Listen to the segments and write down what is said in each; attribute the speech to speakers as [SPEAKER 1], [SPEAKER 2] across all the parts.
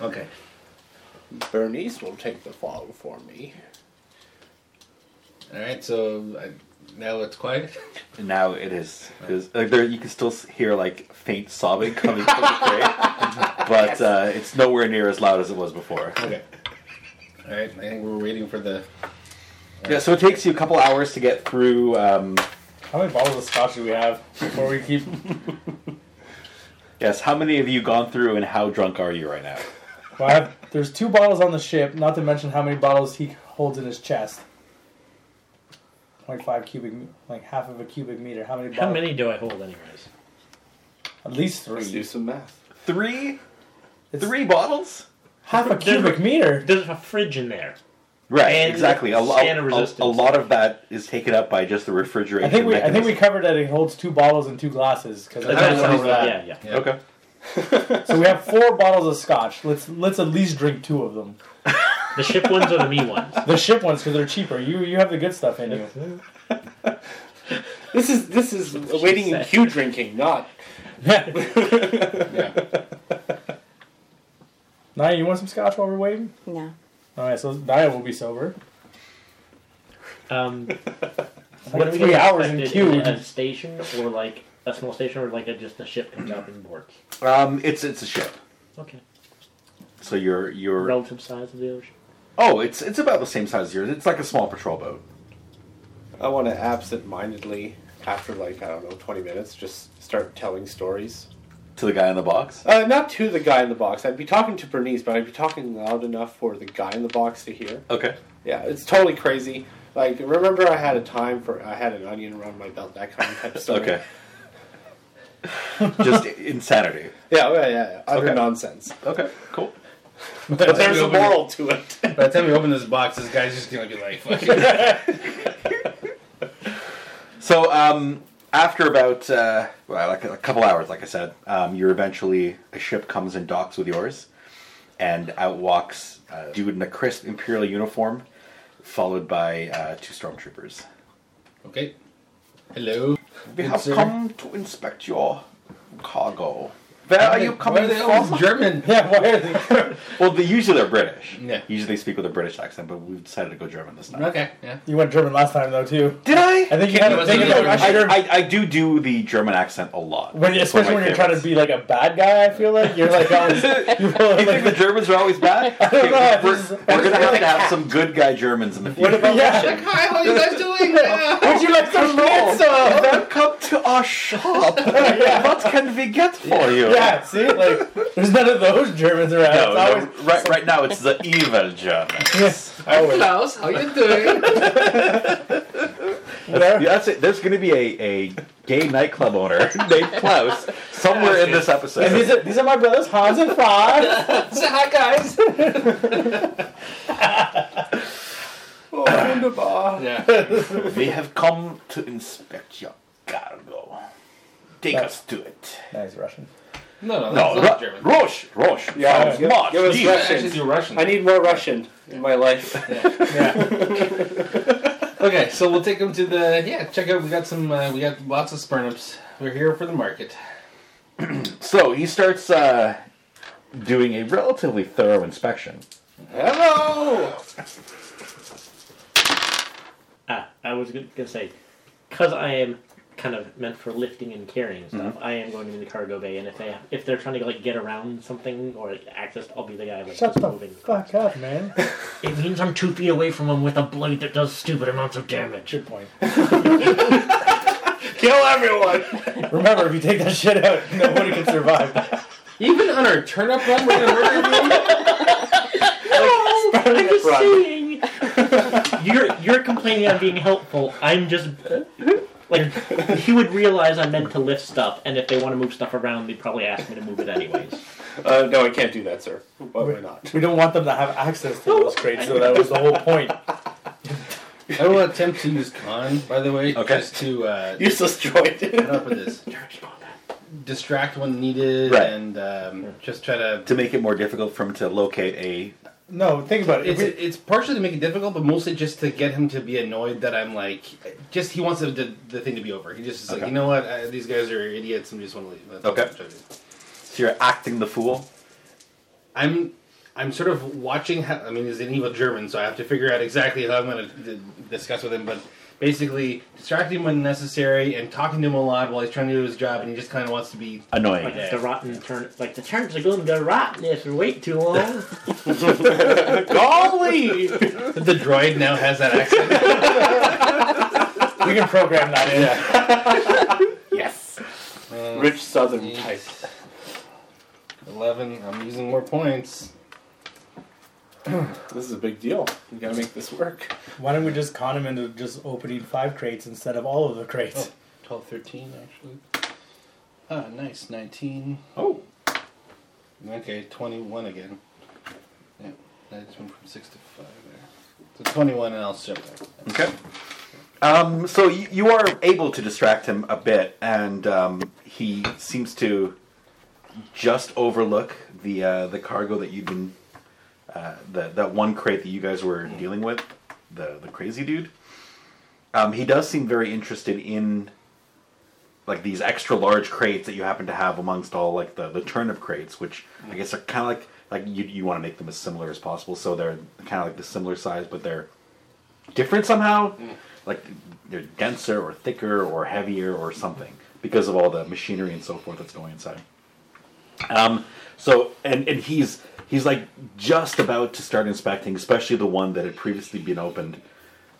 [SPEAKER 1] Okay.
[SPEAKER 2] Bernice will take the fall for me.
[SPEAKER 1] All right. So I, now it's quiet.
[SPEAKER 3] And now it is. It is like there, you can still s- hear like faint sobbing coming from the crate, but uh, it's nowhere near as loud as it was before.
[SPEAKER 1] Okay. All right. I think we're waiting for the.
[SPEAKER 3] Yeah, so it takes you a couple hours to get through. Um,
[SPEAKER 4] How many bottles of scotch do we have before we keep?
[SPEAKER 3] yes, how many of you gone through, and how drunk are you right now?
[SPEAKER 4] Well, I have, there's two bottles on the ship, not to mention how many bottles he holds in his chest. 0.5 cubic, me- like half of a cubic meter. How many bottles?
[SPEAKER 5] How many do I hold, anyways?
[SPEAKER 4] At least
[SPEAKER 2] Let's do
[SPEAKER 4] three.
[SPEAKER 2] some math.
[SPEAKER 3] Three,
[SPEAKER 4] It's
[SPEAKER 3] three bottles.
[SPEAKER 4] Half a cubic meter?
[SPEAKER 5] There's a fridge in there.
[SPEAKER 3] Right,
[SPEAKER 5] And
[SPEAKER 3] exactly. A, lo-
[SPEAKER 5] stand of
[SPEAKER 3] a,
[SPEAKER 5] resistance.
[SPEAKER 3] a lot of that is taken up by just the
[SPEAKER 4] I
[SPEAKER 3] refrigeration.
[SPEAKER 4] think we I think we
[SPEAKER 3] mechanism.
[SPEAKER 4] covered that it holds two bottles and two glasses. Cause I
[SPEAKER 5] That's
[SPEAKER 4] don't
[SPEAKER 5] how
[SPEAKER 4] remember
[SPEAKER 5] it's-
[SPEAKER 4] that.
[SPEAKER 5] yeah, yeah.
[SPEAKER 1] Yeah.
[SPEAKER 3] okay.
[SPEAKER 4] So we have four bottles of scotch. Let's let's at least drink two of them.
[SPEAKER 5] The ship ones or the me ones?
[SPEAKER 4] The ship ones because they're cheaper. You you have the good stuff in you.
[SPEAKER 2] This is this is waiting in
[SPEAKER 5] said.
[SPEAKER 2] queue drinking, not
[SPEAKER 1] Yeah.
[SPEAKER 4] Naya, you want some scotch while we're waiting?
[SPEAKER 6] No.
[SPEAKER 4] All right, so Naya will be sober.
[SPEAKER 5] Um,
[SPEAKER 4] It's
[SPEAKER 5] what
[SPEAKER 4] Like
[SPEAKER 5] do we
[SPEAKER 4] three
[SPEAKER 5] get
[SPEAKER 4] hours in
[SPEAKER 5] expected
[SPEAKER 4] queue.
[SPEAKER 5] at A station or like a small station or like a, just a ship comes up and boards.
[SPEAKER 3] Um, it's it's a ship,
[SPEAKER 5] Okay.
[SPEAKER 3] so you're you're.
[SPEAKER 5] Relative size of the ocean.
[SPEAKER 3] Oh, it's it's about the same size as yours. It's like a small patrol boat.
[SPEAKER 2] I want to absent-mindedly, after like I don't know, twenty minutes, just start telling stories.
[SPEAKER 3] To the guy in the box.
[SPEAKER 2] Uh, not to the guy in the box. I'd be talking to Bernice, but I'd be talking loud enough for the guy in the box to hear.
[SPEAKER 3] Okay.
[SPEAKER 2] Yeah, it's totally crazy. Like, remember I had a time for I had an onion around my belt, that kind of type of stuff.
[SPEAKER 3] Okay. just insanity.
[SPEAKER 2] Yeah, oh, yeah, yeah. yeah. Utter
[SPEAKER 3] Okay.
[SPEAKER 2] nonsense.
[SPEAKER 3] Okay. Cool.
[SPEAKER 2] But there's a moral to it.
[SPEAKER 1] By the time we open this box, this guy's just gonna be like, "Fuck it."
[SPEAKER 3] So um, after about uh, well, like a couple hours, like I said, um, you're eventually a ship comes and docks with yours, and out walks a dude in a crisp imperial uniform, followed by uh, two stormtroopers.
[SPEAKER 1] Okay. Hello.
[SPEAKER 3] We
[SPEAKER 1] Good
[SPEAKER 3] have
[SPEAKER 1] sir.
[SPEAKER 3] come to inspect your cargo. Where are you coming
[SPEAKER 1] Why are they always
[SPEAKER 3] from?
[SPEAKER 1] German.
[SPEAKER 4] Yeah, why are they?
[SPEAKER 3] Well, they, usually they're British.
[SPEAKER 1] Yeah.
[SPEAKER 3] Usually they speak with a British accent, but we've decided to go German this time.
[SPEAKER 1] Okay. Yeah.
[SPEAKER 4] you went German last time though too.
[SPEAKER 3] Did
[SPEAKER 4] I
[SPEAKER 3] I?
[SPEAKER 4] think you had to
[SPEAKER 1] wasn't
[SPEAKER 4] think
[SPEAKER 1] really
[SPEAKER 4] about
[SPEAKER 1] German.
[SPEAKER 3] I,
[SPEAKER 4] German.
[SPEAKER 3] I, I do do the German accent a lot.
[SPEAKER 4] When,
[SPEAKER 3] It's one of
[SPEAKER 4] especially
[SPEAKER 3] my
[SPEAKER 4] when you're trying to
[SPEAKER 3] favorites.
[SPEAKER 4] be like a bad guy, I feel like you're like, oh, you feel
[SPEAKER 3] You
[SPEAKER 4] like,
[SPEAKER 3] think the Germans are always bad? I
[SPEAKER 4] don't know, I
[SPEAKER 3] We're,
[SPEAKER 4] just-
[SPEAKER 3] we're gonna have to have some good guy Germans in the future.
[SPEAKER 4] yeah.
[SPEAKER 1] Hi. How are you guys doing? Yeah.
[SPEAKER 4] Would you like some
[SPEAKER 3] Oh,
[SPEAKER 4] pizza?
[SPEAKER 3] Welcome to our shop. What can we get for you?
[SPEAKER 4] Yeah, see, like there's none of those Germans around.
[SPEAKER 3] No,
[SPEAKER 4] it's always,
[SPEAKER 3] no, right, right now it's the evil German.
[SPEAKER 4] yes, always.
[SPEAKER 1] Klaus, how you doing?
[SPEAKER 4] There-
[SPEAKER 3] Yeah, that's it. There's going to be a, a gay nightclub owner named Klaus somewhere in this
[SPEAKER 4] And
[SPEAKER 3] episode.
[SPEAKER 4] these are these are my brothers Hans and Franz.
[SPEAKER 1] Hi guys.
[SPEAKER 2] Oh, wunderbar.
[SPEAKER 1] Yeah.
[SPEAKER 3] we have come to inspect your cargo. Take us to it.
[SPEAKER 4] nice Russian.
[SPEAKER 1] No, no,
[SPEAKER 3] No,
[SPEAKER 1] that's not
[SPEAKER 3] Ro-
[SPEAKER 1] German.
[SPEAKER 3] Roche, Roche.
[SPEAKER 2] Yeah,
[SPEAKER 3] sounds
[SPEAKER 2] give-
[SPEAKER 3] much
[SPEAKER 2] give us
[SPEAKER 3] deeper.
[SPEAKER 2] Russian.
[SPEAKER 1] Actually, do Russian.
[SPEAKER 2] I need more Russian in my life.
[SPEAKER 1] Okay, so we'll take them to
[SPEAKER 2] Uh,
[SPEAKER 1] the yeah. Check out. We got some. Uh, we got lots of spurnips. We're here for the market.
[SPEAKER 3] So he starts uh, doing a relatively thorough inspection.
[SPEAKER 2] Hello!
[SPEAKER 5] Ah, I was go- gonna say, because I am kind of meant for lifting and carrying
[SPEAKER 4] Mm-hmm.
[SPEAKER 5] stuff. I am going to be in the cargo bay, and if they if they're trying to like get around something or access, I'll be the guy like
[SPEAKER 4] Shut
[SPEAKER 5] just
[SPEAKER 4] the
[SPEAKER 5] moving.
[SPEAKER 4] fuck up, man.
[SPEAKER 5] It means I'm two feet away from him with a blade that does stupid amounts of damage.
[SPEAKER 4] Good point.
[SPEAKER 2] Kill everyone!
[SPEAKER 4] Remember, if you take that shit out, nobody can survive.
[SPEAKER 1] Even on our turnip run, we're gonna murder you.
[SPEAKER 5] Oh, I'm just
[SPEAKER 2] Run.
[SPEAKER 5] saying. you're you're complaining I'm being helpful. I'm just like he would realize I'm meant to lift stuff, and if they want to move stuff around, they'd probably ask me to move it anyways.
[SPEAKER 2] Uh, no, I can't do that, sir. Why would I not?
[SPEAKER 4] We don't want them to have access to those crates, so that was the whole point.
[SPEAKER 1] I will attempt to use con, by the way,
[SPEAKER 6] Okay.
[SPEAKER 1] just to uh,
[SPEAKER 2] Useless droid.
[SPEAKER 1] get up with this.
[SPEAKER 5] Dirty combat.
[SPEAKER 1] Distract when needed,
[SPEAKER 6] Right.
[SPEAKER 1] and um, just try to.
[SPEAKER 6] to make it more difficult for him to locate a.
[SPEAKER 4] No, think about it. If
[SPEAKER 1] It's,
[SPEAKER 4] we,
[SPEAKER 1] it's partially to make it difficult, but mostly just to get him to be annoyed that I'm like, just he wants the, the, the thing to be over. He just is like,
[SPEAKER 6] Okay.
[SPEAKER 1] you know what, uh these guys are idiots. and we just want to leave. That's
[SPEAKER 6] Okay.
[SPEAKER 1] what I'm trying to do.
[SPEAKER 6] So you're acting the fool.
[SPEAKER 1] I'm I'm sort of watching. How, I mean, he's an evil German, so I have to figure out exactly how I'm going to discuss with him. But basically, distracting him when necessary and talking to him a lot while he's trying to do his job, and he just kind of wants to be.
[SPEAKER 6] Annoying.
[SPEAKER 5] Like if the rotten turn, like the turnips are going to rotten if we wait too long.
[SPEAKER 6] Golly!
[SPEAKER 1] the droid now has that accent.
[SPEAKER 4] we can program that in.
[SPEAKER 2] yes.
[SPEAKER 1] Uh,
[SPEAKER 2] Rich Southern
[SPEAKER 1] Jeez.
[SPEAKER 2] type.
[SPEAKER 1] Eleven. I'm using more points.
[SPEAKER 2] This is a big deal. You gotta make this work.
[SPEAKER 4] Why don't we just con him into just opening five crates instead of all of the
[SPEAKER 6] Oh,
[SPEAKER 4] crates?
[SPEAKER 1] 12, 13, actually. Ah, nice. 19.
[SPEAKER 2] Oh,
[SPEAKER 1] Okay, 21 again. Yeah, I just went from 6 to 5 there. So 21, and I'll show that.
[SPEAKER 6] Okay. Um, so you, you are able to distract him a bit, and um, he seems to just overlook the uh, the cargo that you've been uh, the, that one crate that you guys were dealing with, the the crazy dude. Um, he does seem very interested in like these extra large crates that you happen to have amongst all like the, the turnip crates, which I guess are kind of like like you you want to make them as similar as possible, so they're kind of like the similar size, but they're different somehow. Like they're denser or thicker or heavier or something because of all the machinery and so forth that's going inside. Um, so and and he's he's like just about to start inspecting, especially the one that had previously been opened.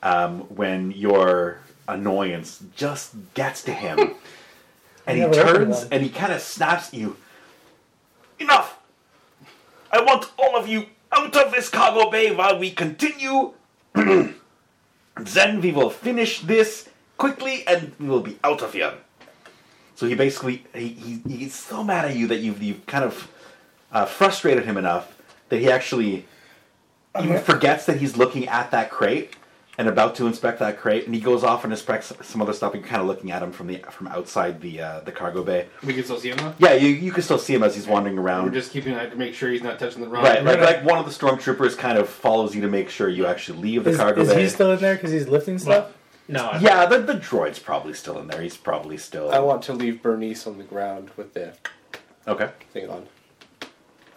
[SPEAKER 6] Um, when your annoyance just gets to him, and he
[SPEAKER 4] Never opened
[SPEAKER 6] turns
[SPEAKER 4] one.
[SPEAKER 6] and he kind of snaps at you. Enough! I want all of you out of this cargo bay while we continue then we will finish this quickly and we will be out of here. So he basically he, he he's so mad at you that you've you've kind of uh, frustrated him enough that he actually even forgets that he's looking at that crate and about to inspect that crate, and he goes off and inspects some other stuff. And you're kind of looking at him from the from outside the uh, the cargo bay.
[SPEAKER 1] We can still see him now?
[SPEAKER 6] Yeah, you, you can still see him as he's wandering around.
[SPEAKER 1] We're just keeping an eye to make sure he's not touching the wrong.
[SPEAKER 6] right, like,
[SPEAKER 4] Right.
[SPEAKER 6] like one of the stormtroopers kind of follows you to make sure you actually leave the
[SPEAKER 4] Is,
[SPEAKER 6] cargo
[SPEAKER 4] is
[SPEAKER 6] bay.
[SPEAKER 4] he still in there because he's lifting stuff?
[SPEAKER 5] No, I'm,
[SPEAKER 6] Yeah, the, the droid's probably still in there. He's probably still.
[SPEAKER 2] I want to leave Bernice on the ground with the
[SPEAKER 6] Okay.
[SPEAKER 2] thing on.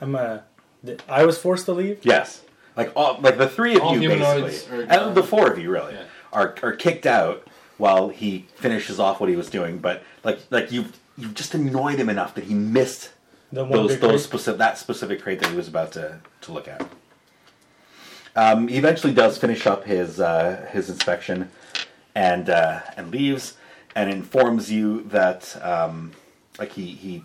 [SPEAKER 4] I'm uh, th- I was forced to leave.
[SPEAKER 6] Yes. Like all, like the three of
[SPEAKER 1] All
[SPEAKER 6] you
[SPEAKER 1] humanoids
[SPEAKER 6] basically,
[SPEAKER 1] are-
[SPEAKER 6] and the four of you really
[SPEAKER 1] Yeah.
[SPEAKER 6] are are kicked out while he finishes off what he was doing. But like like you you've just annoyed him enough that he missed
[SPEAKER 4] The one
[SPEAKER 6] those
[SPEAKER 4] big
[SPEAKER 6] those
[SPEAKER 4] crate.
[SPEAKER 6] specific that specific crate that he was about to to look at. Um, he eventually does finish up his uh, his inspection, and uh, and leaves and informs you that um, like he he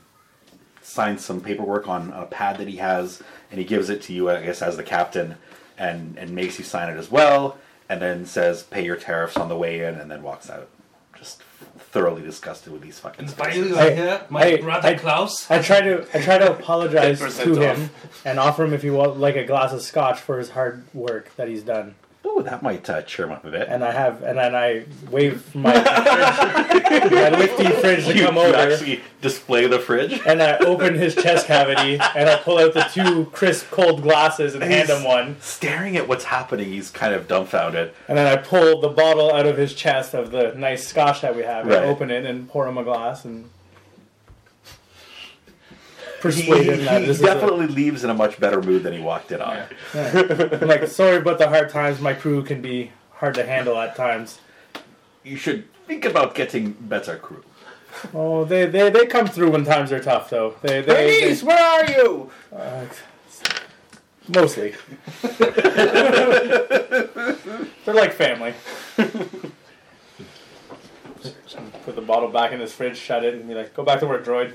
[SPEAKER 6] signs some paperwork on a pad that he has and he gives it to you I guess as the captain and and makes you sign it as well and then says pay your tariffs on the way in and then walks out just thoroughly disgusted with these fucking spaces.
[SPEAKER 4] I- I- I-
[SPEAKER 1] Klaus.
[SPEAKER 4] I try to I try to apologize
[SPEAKER 2] 10%
[SPEAKER 4] to him and offer him if he will like a glass of scotch for his hard work that he's done.
[SPEAKER 6] Ooh, that might uh, cheer him up a bit
[SPEAKER 4] And I have and then I wave my fridge, my lifty fridge to
[SPEAKER 6] you,
[SPEAKER 4] come
[SPEAKER 6] you
[SPEAKER 4] over.
[SPEAKER 6] actually display the fridge
[SPEAKER 4] and I open his chest cavity and I pull out the two crisp cold glasses and hand him one.
[SPEAKER 6] staring at what's happening he's kind of dumbfounded
[SPEAKER 4] And then I pull the bottle out of his chest of the nice scotch that we have
[SPEAKER 6] Right.
[SPEAKER 4] and open it and pour him a glass and
[SPEAKER 6] he,
[SPEAKER 4] persuade him
[SPEAKER 6] he-
[SPEAKER 4] that
[SPEAKER 6] he
[SPEAKER 4] this is a,
[SPEAKER 6] definitely leaves in a much better mood than he walked in on
[SPEAKER 4] I'm like sorry but the hard times my crew can be hard to handle at times.
[SPEAKER 6] you should think about getting better crew
[SPEAKER 4] Oh, they, they, they come through when times are tough, though. They, they, they-
[SPEAKER 2] Bernice, where are you?
[SPEAKER 4] uh, mostly. They're like family. Put the bottle back in his fridge, shut it, and be like, go back to work, droid.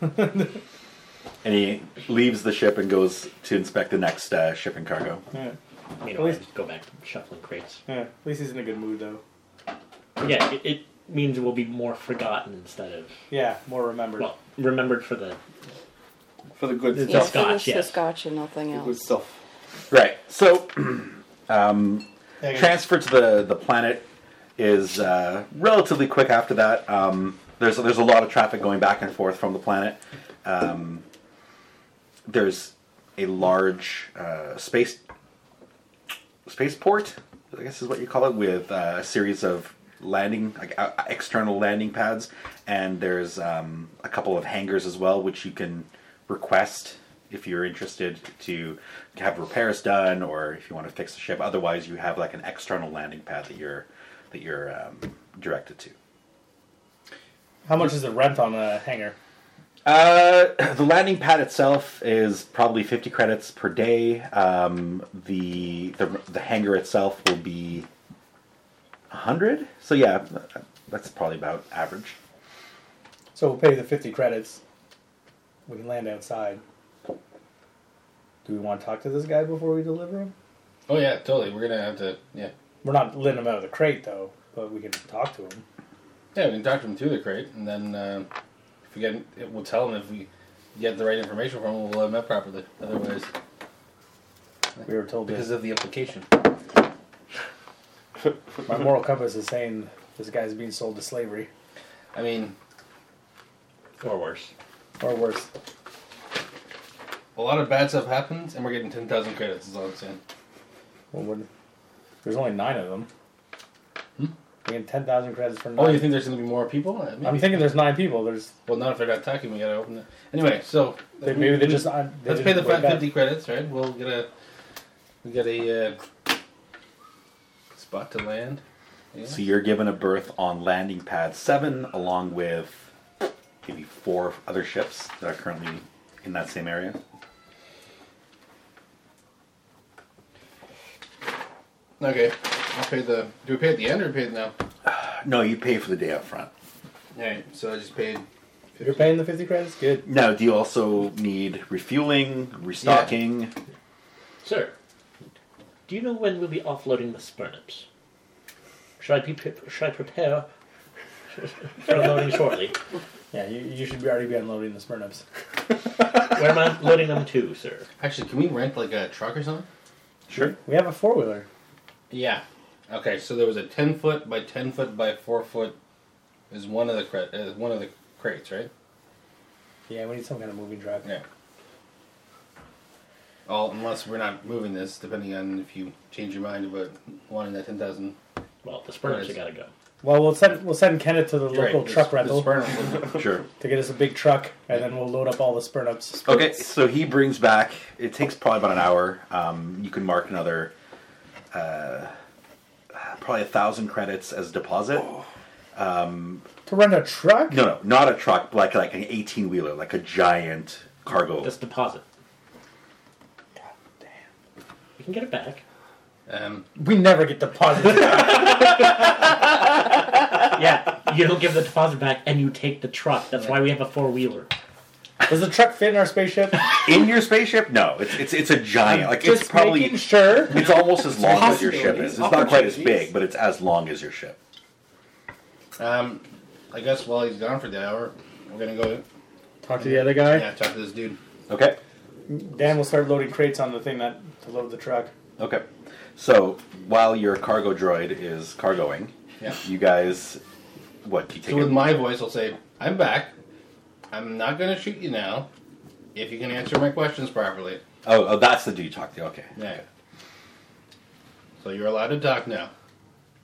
[SPEAKER 6] and he leaves the ship and goes to inspect the next uh, shipping cargo.
[SPEAKER 4] Yeah.
[SPEAKER 5] You
[SPEAKER 4] At
[SPEAKER 5] know, I
[SPEAKER 4] least-
[SPEAKER 5] just go back to shuffling crates.
[SPEAKER 4] Yeah, Eh, at least he's in a good mood though.
[SPEAKER 5] Yeah, it, it means it will be more forgotten instead of
[SPEAKER 4] Yeah, more remembered.
[SPEAKER 5] well remembered for the
[SPEAKER 2] for the good
[SPEAKER 5] It's
[SPEAKER 2] stuff.
[SPEAKER 5] all- Scotch,
[SPEAKER 7] finish the
[SPEAKER 5] yes.
[SPEAKER 7] scotch and nothing
[SPEAKER 2] The good
[SPEAKER 7] else.
[SPEAKER 2] stuff.
[SPEAKER 6] Right. So, um,
[SPEAKER 4] Yeah,
[SPEAKER 6] transfer to the the planet is uh, relatively quick after that. Um, there's there's a lot of traffic going back and forth from the planet. Um, there's a large uh, space spaceport, I guess is what you call it, with uh, a series of landing like uh, external landing pads, and there's um, a couple of hangars as well, which you can request if you're interested to have repairs done or if you want to fix the ship. Otherwise, you have like an external landing pad that you're that you're um, directed to.
[SPEAKER 4] How much is the rent on a hangar?
[SPEAKER 6] Uh, the landing pad itself is probably 50 credits per day. Um, the, the the hangar itself will be 100. So yeah, that's probably about average.
[SPEAKER 4] So we'll pay the fifty credits. We can land outside. Do we want to talk to this guy before we deliver him?
[SPEAKER 1] Oh yeah, totally. We're gonna have to. Yeah,
[SPEAKER 4] We're not letting him out of the crate though, but we can talk to him.
[SPEAKER 1] yeah. We can talk to him through the crate, and then uh, if we get, it, we'll tell him if we get the right information from him, we'll let him up properly. Otherwise,
[SPEAKER 4] We were told
[SPEAKER 1] because
[SPEAKER 4] that
[SPEAKER 1] of the implication.
[SPEAKER 4] my moral compass is saying this guy's being sold to slavery
[SPEAKER 1] I mean,
[SPEAKER 5] or worse.
[SPEAKER 4] or worse.
[SPEAKER 1] a lot of bad stuff happens, and we're getting ten thousand credits. Is all I'm saying.
[SPEAKER 4] Well, what- there's only nine of them. We get ten thousand credits for nine.
[SPEAKER 1] Oh, you think there's gonna be more people? Uh, Maybe.
[SPEAKER 4] I'm thinking there's nine people. There's
[SPEAKER 1] Well, not if they're not talking. We gotta open it. Anyway, so
[SPEAKER 4] they, maybe they just uh, they
[SPEAKER 1] let's
[SPEAKER 4] didn't
[SPEAKER 1] pay the
[SPEAKER 4] wake up.
[SPEAKER 1] 550 credits, right? We'll get a we get a uh, spot to land. Yeah.
[SPEAKER 6] So you're given a berth on landing pad 7 along with maybe four other ships that are currently in that same area.
[SPEAKER 1] Okay, I'll pay the. Do we pay at the end or pay it now?
[SPEAKER 6] No, you pay for the day up front.
[SPEAKER 1] All right, so I just paid.
[SPEAKER 4] You're paying the fifty credits. Good.
[SPEAKER 6] Now, do you also need refueling, restocking?
[SPEAKER 5] Sir, do you know when we'll be offloading the spurnips? Should I be pre- should I prepare for loading shortly?
[SPEAKER 4] Yeah, you, you should be already be unloading the Spurnups.
[SPEAKER 5] Where am I loading them to, sir?
[SPEAKER 1] Actually, can we rent like a truck or something?
[SPEAKER 6] Sure.
[SPEAKER 4] We have a four wheeler.
[SPEAKER 1] Yeah. Okay, so there was a 10 foot by 10 foot by 4 foot is one of the cra- uh, one of the crates, right?
[SPEAKER 4] Yeah, we need some kind of moving drive.
[SPEAKER 1] Yeah. All unless we're not moving this, depending on if you change your mind about wanting that ten thousand.
[SPEAKER 5] Well, the spurnips have
[SPEAKER 1] Nice.
[SPEAKER 5] got to go.
[SPEAKER 4] Well, we'll send we'll send Kenneth to the local truck rental
[SPEAKER 6] Sure.
[SPEAKER 4] to get us a big truck, and then we'll load up all the Spurnups.
[SPEAKER 6] Okay, so he brings back. It takes probably about an hour. Um, you can mark another, uh, probably a thousand credits as deposit.
[SPEAKER 4] To rent a truck?
[SPEAKER 6] No, no, not a truck, like like an eighteen wheeler, like a giant cargo.
[SPEAKER 5] Just deposit. You can get it back.
[SPEAKER 1] Um,
[SPEAKER 4] We never get deposits.
[SPEAKER 5] Yeah, you don't give the deposit back and you take the truck. That's why we have a four wheeler.
[SPEAKER 4] Does the truck fit in our spaceship?
[SPEAKER 6] In your spaceship? No, it's it's it's a giant. Like
[SPEAKER 4] Just
[SPEAKER 6] it's probably
[SPEAKER 4] making sure.
[SPEAKER 6] it's almost as long as your ship is. It's not quite as
[SPEAKER 2] Possibilities.
[SPEAKER 6] big, but it's as long as your ship.
[SPEAKER 1] um, I guess while he's gone for the hour, we're gonna go.
[SPEAKER 4] Talk to the other guy.
[SPEAKER 1] Yeah, talk to this dude.
[SPEAKER 6] Okay.
[SPEAKER 4] Dan will start loading crates on the thing that to load the truck.
[SPEAKER 6] Okay. So while your cargo droid is cargoing,
[SPEAKER 1] Yeah.
[SPEAKER 6] you guys, what do you take?
[SPEAKER 1] So with
[SPEAKER 6] a-
[SPEAKER 1] my voice, I'll say, "I'm back. I'm not gonna shoot you now, if you can answer my questions properly."
[SPEAKER 6] oh, oh, that's the dude you talked to. Okay.
[SPEAKER 1] Yeah. So you're allowed to talk now.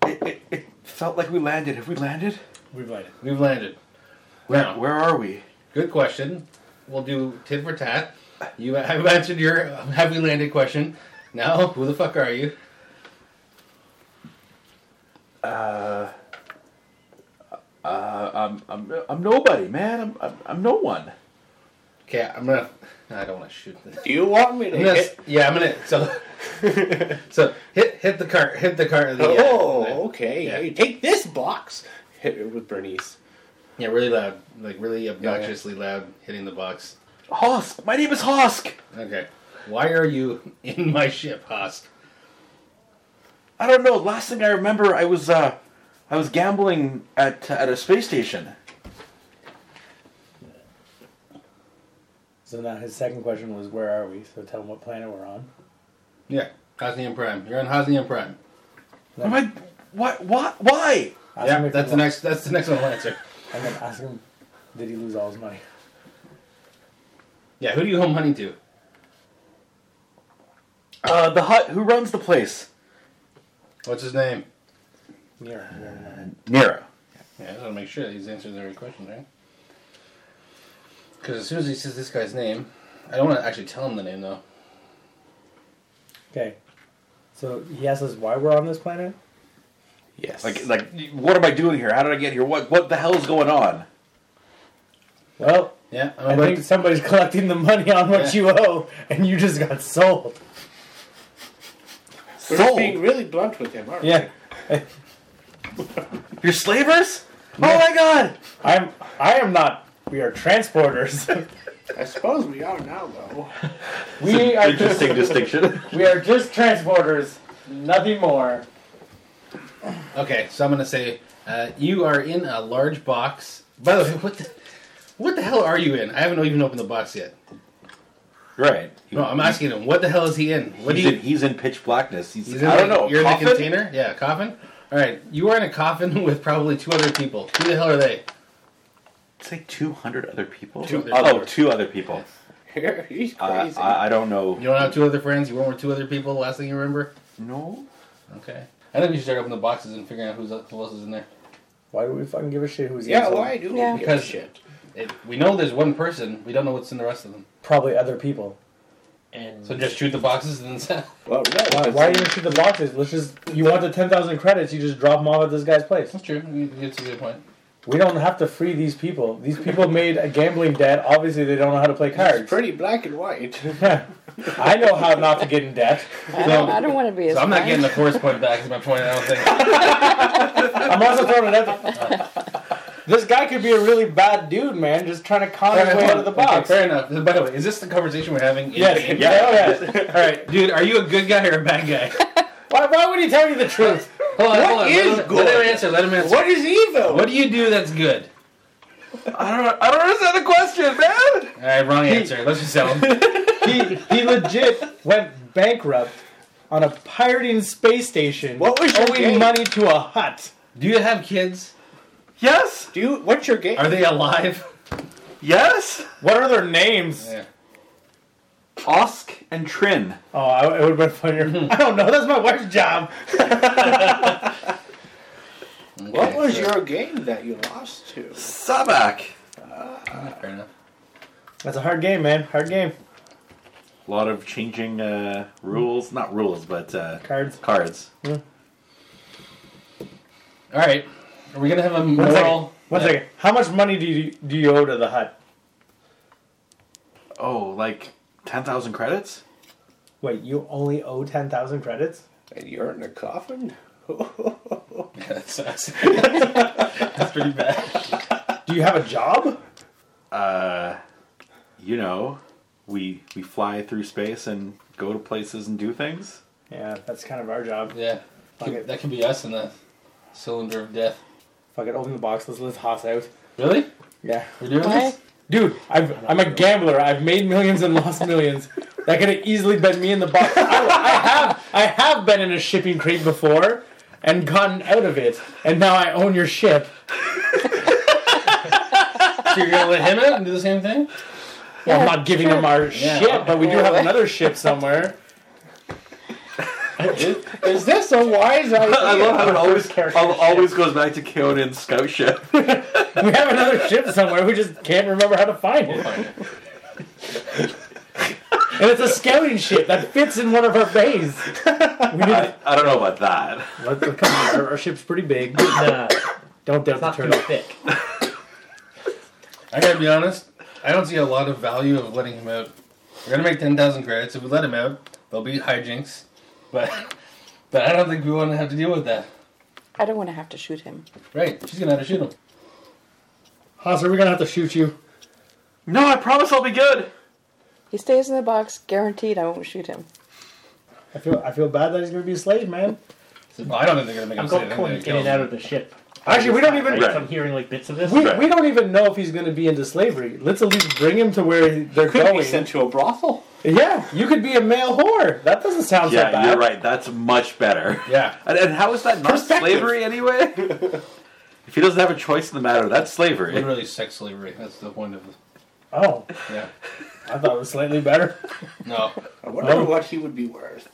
[SPEAKER 6] It, it, it felt like we landed. Have we landed?
[SPEAKER 4] We've landed.
[SPEAKER 1] We've landed. Now,
[SPEAKER 6] Where are we?
[SPEAKER 1] good question. We'll do tit for tat. You have answered your um, "Have we landed?" question. Now, who the fuck are you?
[SPEAKER 6] I'm, I'm, I'm nobody, man. I'm, I'm, I'm no one.
[SPEAKER 1] Okay, I'm gonna. I don't want to shoot this.
[SPEAKER 2] Do you want me to
[SPEAKER 1] I'm gonna,
[SPEAKER 2] hit?
[SPEAKER 1] yeah, I'm gonna. So, so hit hit the cart, hit the cart. The, uh,
[SPEAKER 2] Oh, okay.
[SPEAKER 1] Yeah.
[SPEAKER 2] Hey, take this box. Hit it with Bernice.
[SPEAKER 1] yeah, really loud, like really obnoxiously loud, hitting the box.
[SPEAKER 6] Hosk. My name is Hosk.
[SPEAKER 1] Okay, why are you in my ship, Hosk?
[SPEAKER 6] I don't know. Last thing I remember, I was uh, I was gambling at at a space station.
[SPEAKER 4] So now his second question was, "Where are we?" So tell him what planet we're on.
[SPEAKER 1] Yeah, Hosnian Prime. You're on Hosnian Prime.
[SPEAKER 6] Am I? What? Why? Why?
[SPEAKER 4] Ask him
[SPEAKER 1] Yeah,
[SPEAKER 4] if he
[SPEAKER 1] that's the
[SPEAKER 4] won.
[SPEAKER 1] next. That's the next one I'll answer.
[SPEAKER 4] And then ask him, "Did he lose all his money?"
[SPEAKER 1] Yeah, who do you owe money to?
[SPEAKER 6] Uh, the hut. Who runs the place?
[SPEAKER 1] What's his name?
[SPEAKER 4] Mira, you already know.
[SPEAKER 6] Mira.
[SPEAKER 1] Yeah, I just want to make sure that he's answering the right questions, right? Because as soon as he says this guy's name, I don't want to actually tell him the name though.
[SPEAKER 4] Okay. So he asks us why we're on this planet.
[SPEAKER 6] Yes. Like like, what am I doing here? How did I get here? What what the hell is going on?
[SPEAKER 4] Well,
[SPEAKER 1] Yeah, I'm
[SPEAKER 4] I
[SPEAKER 1] about
[SPEAKER 4] think somebody's collecting the money on what
[SPEAKER 1] Yeah.
[SPEAKER 4] you owe, and you just got sold.
[SPEAKER 2] We're
[SPEAKER 6] Sold.
[SPEAKER 2] being really blunt with him, aren't we?
[SPEAKER 4] Yeah,
[SPEAKER 6] You're slavers? Oh my god!
[SPEAKER 4] I'm. I am not. We are transporters.
[SPEAKER 2] I suppose we are now, though.
[SPEAKER 4] we are just.
[SPEAKER 6] distinction.
[SPEAKER 4] We are just transporters, nothing more.
[SPEAKER 1] to- okay, so I'm gonna say uh, you are in a large box. By the way, what the what the hell are you in? I haven't even opened the box yet.
[SPEAKER 6] right.
[SPEAKER 1] No, I'm asking him. What the hell is he in? What do
[SPEAKER 6] he's,
[SPEAKER 1] you?
[SPEAKER 6] in, he's in pitch blackness. He's,
[SPEAKER 1] He's in
[SPEAKER 6] I don't
[SPEAKER 1] the-
[SPEAKER 6] know.
[SPEAKER 1] You're
[SPEAKER 6] coffin?
[SPEAKER 1] in the container? Yeah, coffin? Alright, you are in a coffin with probably two other people. Who the hell are they?
[SPEAKER 6] It's like 200 other people.
[SPEAKER 1] Two other
[SPEAKER 6] oh,
[SPEAKER 1] people.
[SPEAKER 6] two other people.
[SPEAKER 2] Here, he's
[SPEAKER 6] Uh,
[SPEAKER 2] crazy.
[SPEAKER 6] I, I don't know.
[SPEAKER 1] You don't have two other friends? You weren't with two other people? Last thing you remember?
[SPEAKER 6] No.
[SPEAKER 1] Okay. I think we should start opening the boxes and figuring out who's, who else is in there.
[SPEAKER 4] Why do we fucking give a shit who's
[SPEAKER 2] yeah,
[SPEAKER 4] getting sold?
[SPEAKER 2] why do we
[SPEAKER 7] Yeah.
[SPEAKER 2] give a
[SPEAKER 1] Because-
[SPEAKER 2] shit?
[SPEAKER 1] It, we know there's one person. We don't know what's in the rest of them.
[SPEAKER 4] Probably other people.
[SPEAKER 5] And
[SPEAKER 1] So just shoot the boxes and then sell.
[SPEAKER 2] Well, no,
[SPEAKER 4] Why,
[SPEAKER 2] because
[SPEAKER 4] why even shoot the boxes? Let's just. You want the ten thousand credits? You just drop them off at this guy's place.
[SPEAKER 1] That's true. You- That's a good point.
[SPEAKER 4] We don't have to free these people. These people made a gambling debt. Obviously, they don't know how to play
[SPEAKER 2] it's
[SPEAKER 4] cards.
[SPEAKER 2] pretty black and white.
[SPEAKER 4] I know how not to get in debt.
[SPEAKER 7] I don't, I don't want to be a
[SPEAKER 1] So I'm not
[SPEAKER 7] spy.
[SPEAKER 1] getting the force point back is my point, I don't think.
[SPEAKER 4] I'm also throwing it at the. This guy could be a really bad dude, man, just trying to con his way out of the box.
[SPEAKER 1] fair enough. By the way, is this the conversation we're having? in-
[SPEAKER 4] Yes, yeah. yeah.
[SPEAKER 1] Alright, dude, are you a good guy or a bad guy?
[SPEAKER 4] Why, why would he tell you the truth?
[SPEAKER 1] Hold on,
[SPEAKER 2] What
[SPEAKER 1] hold on.
[SPEAKER 2] is
[SPEAKER 1] let, him, let him answer. Let him answer.
[SPEAKER 2] what is evil?
[SPEAKER 1] What do you do that's good?
[SPEAKER 6] I don't. I don't understand the question, man.
[SPEAKER 1] All right, wrong answer. Let's just sell him.
[SPEAKER 4] He, he legit went bankrupt on a pirating space station,
[SPEAKER 2] What was your
[SPEAKER 4] owing
[SPEAKER 2] game?
[SPEAKER 4] money to a hut.
[SPEAKER 1] Do you have kids?
[SPEAKER 6] Yes.
[SPEAKER 2] Do you, what's your game?
[SPEAKER 1] Are they alive?
[SPEAKER 6] Yes.
[SPEAKER 4] What are their names?
[SPEAKER 6] Osk and Trin.
[SPEAKER 4] Oh, I, it would have been funnier. I don't know. That's my wife's job.
[SPEAKER 2] what was your game that you lost to?
[SPEAKER 6] Sabak.
[SPEAKER 1] Fair enough.
[SPEAKER 4] That's a hard game, man. Hard game.
[SPEAKER 6] A lot of changing uh, rules. Not rules, but uh,
[SPEAKER 4] Cards.
[SPEAKER 6] cards.
[SPEAKER 1] All right. Are we gonna have a
[SPEAKER 4] One second.
[SPEAKER 1] moral?
[SPEAKER 4] One second. How much money do you do you owe to the hut?
[SPEAKER 6] Oh, like ten thousand credits.
[SPEAKER 4] Wait, you only owe ten thousand credits?
[SPEAKER 2] And you're in a coffin?
[SPEAKER 1] Yeah, that sucks. That's pretty bad.
[SPEAKER 4] Do you have a job?
[SPEAKER 6] Uh, you know, we we fly through space and go to places and do things.
[SPEAKER 4] Yeah, that's kind of our job.
[SPEAKER 1] Yeah.
[SPEAKER 4] Fuck it.
[SPEAKER 1] That could be us in the cylinder of death.
[SPEAKER 4] Fuck it, open the box. Let's let Haas out.
[SPEAKER 1] Really?
[SPEAKER 4] Yeah,
[SPEAKER 1] We're doing
[SPEAKER 7] What?
[SPEAKER 1] this?
[SPEAKER 4] dude, I've, I'm a gambler. I've made millions and lost millions. That could have easily been me in the box. I, I have I have been in a shipping crate before, and gotten out of it, and now I own your ship.
[SPEAKER 1] So you're gonna let him out and do the same thing?
[SPEAKER 4] Well, I'm not giving them our
[SPEAKER 1] Yeah.
[SPEAKER 4] ship, but we do have another ship somewhere.
[SPEAKER 2] Is this a wise idea?
[SPEAKER 6] I love how it always
[SPEAKER 4] character
[SPEAKER 6] al- always goes back to Keonin's scout ship.
[SPEAKER 4] We have another ship somewhere. We just can't remember how to find it.
[SPEAKER 1] Fine.
[SPEAKER 4] And it's a scouting ship that fits in one of our bays. We need
[SPEAKER 6] I, I don't know about that.
[SPEAKER 4] Let's come on, our, our ship's pretty big.
[SPEAKER 5] nah, it's
[SPEAKER 4] Don't doubt the
[SPEAKER 5] not too
[SPEAKER 4] turtle.
[SPEAKER 5] thick.
[SPEAKER 1] I gotta be honest. I don't see a lot of value of letting him out. We're gonna make ten thousand credits. If we let him out, there'll be hijinks. But, but I don't think we want to have to deal with that.
[SPEAKER 7] I don't want to have to shoot him.
[SPEAKER 1] Right? She's gonna have to shoot him.
[SPEAKER 4] Haas, are we gonna have to shoot you?
[SPEAKER 6] No, I promise I'll be good.
[SPEAKER 7] He stays in the box, guaranteed I won't shoot him.
[SPEAKER 4] I feel I feel bad that he's gonna be a slave, man.
[SPEAKER 1] Well, I don't think they're gonna make
[SPEAKER 5] I'm
[SPEAKER 1] him say
[SPEAKER 5] going,
[SPEAKER 1] it. I
[SPEAKER 5] going
[SPEAKER 1] think they're gonna
[SPEAKER 5] in and
[SPEAKER 1] kill
[SPEAKER 5] out
[SPEAKER 1] him.
[SPEAKER 5] of the ship.
[SPEAKER 4] Actually, we don't even.
[SPEAKER 5] Right.
[SPEAKER 6] Right.
[SPEAKER 5] I'm hearing like bits of this.
[SPEAKER 4] We,
[SPEAKER 6] Right.
[SPEAKER 4] we don't even know if he's going to be into slavery. Let's at least bring him to where they're
[SPEAKER 2] Could be
[SPEAKER 4] going.
[SPEAKER 2] sent to a brothel.
[SPEAKER 4] Yeah, you could be a male whore. That doesn't sound so
[SPEAKER 6] Yeah,
[SPEAKER 4] bad.
[SPEAKER 6] you're right. That's much better.
[SPEAKER 1] Yeah.
[SPEAKER 6] And, and how is that not
[SPEAKER 2] Perspective.
[SPEAKER 6] slavery anyway? if he doesn't have a choice in the matter, that's slavery.
[SPEAKER 1] Literally sex slavery. That's the point of. The,
[SPEAKER 4] Oh,
[SPEAKER 1] yeah.
[SPEAKER 4] I thought it was slightly better.
[SPEAKER 1] No.
[SPEAKER 2] I wonder
[SPEAKER 4] Oh.
[SPEAKER 2] what he would be worth.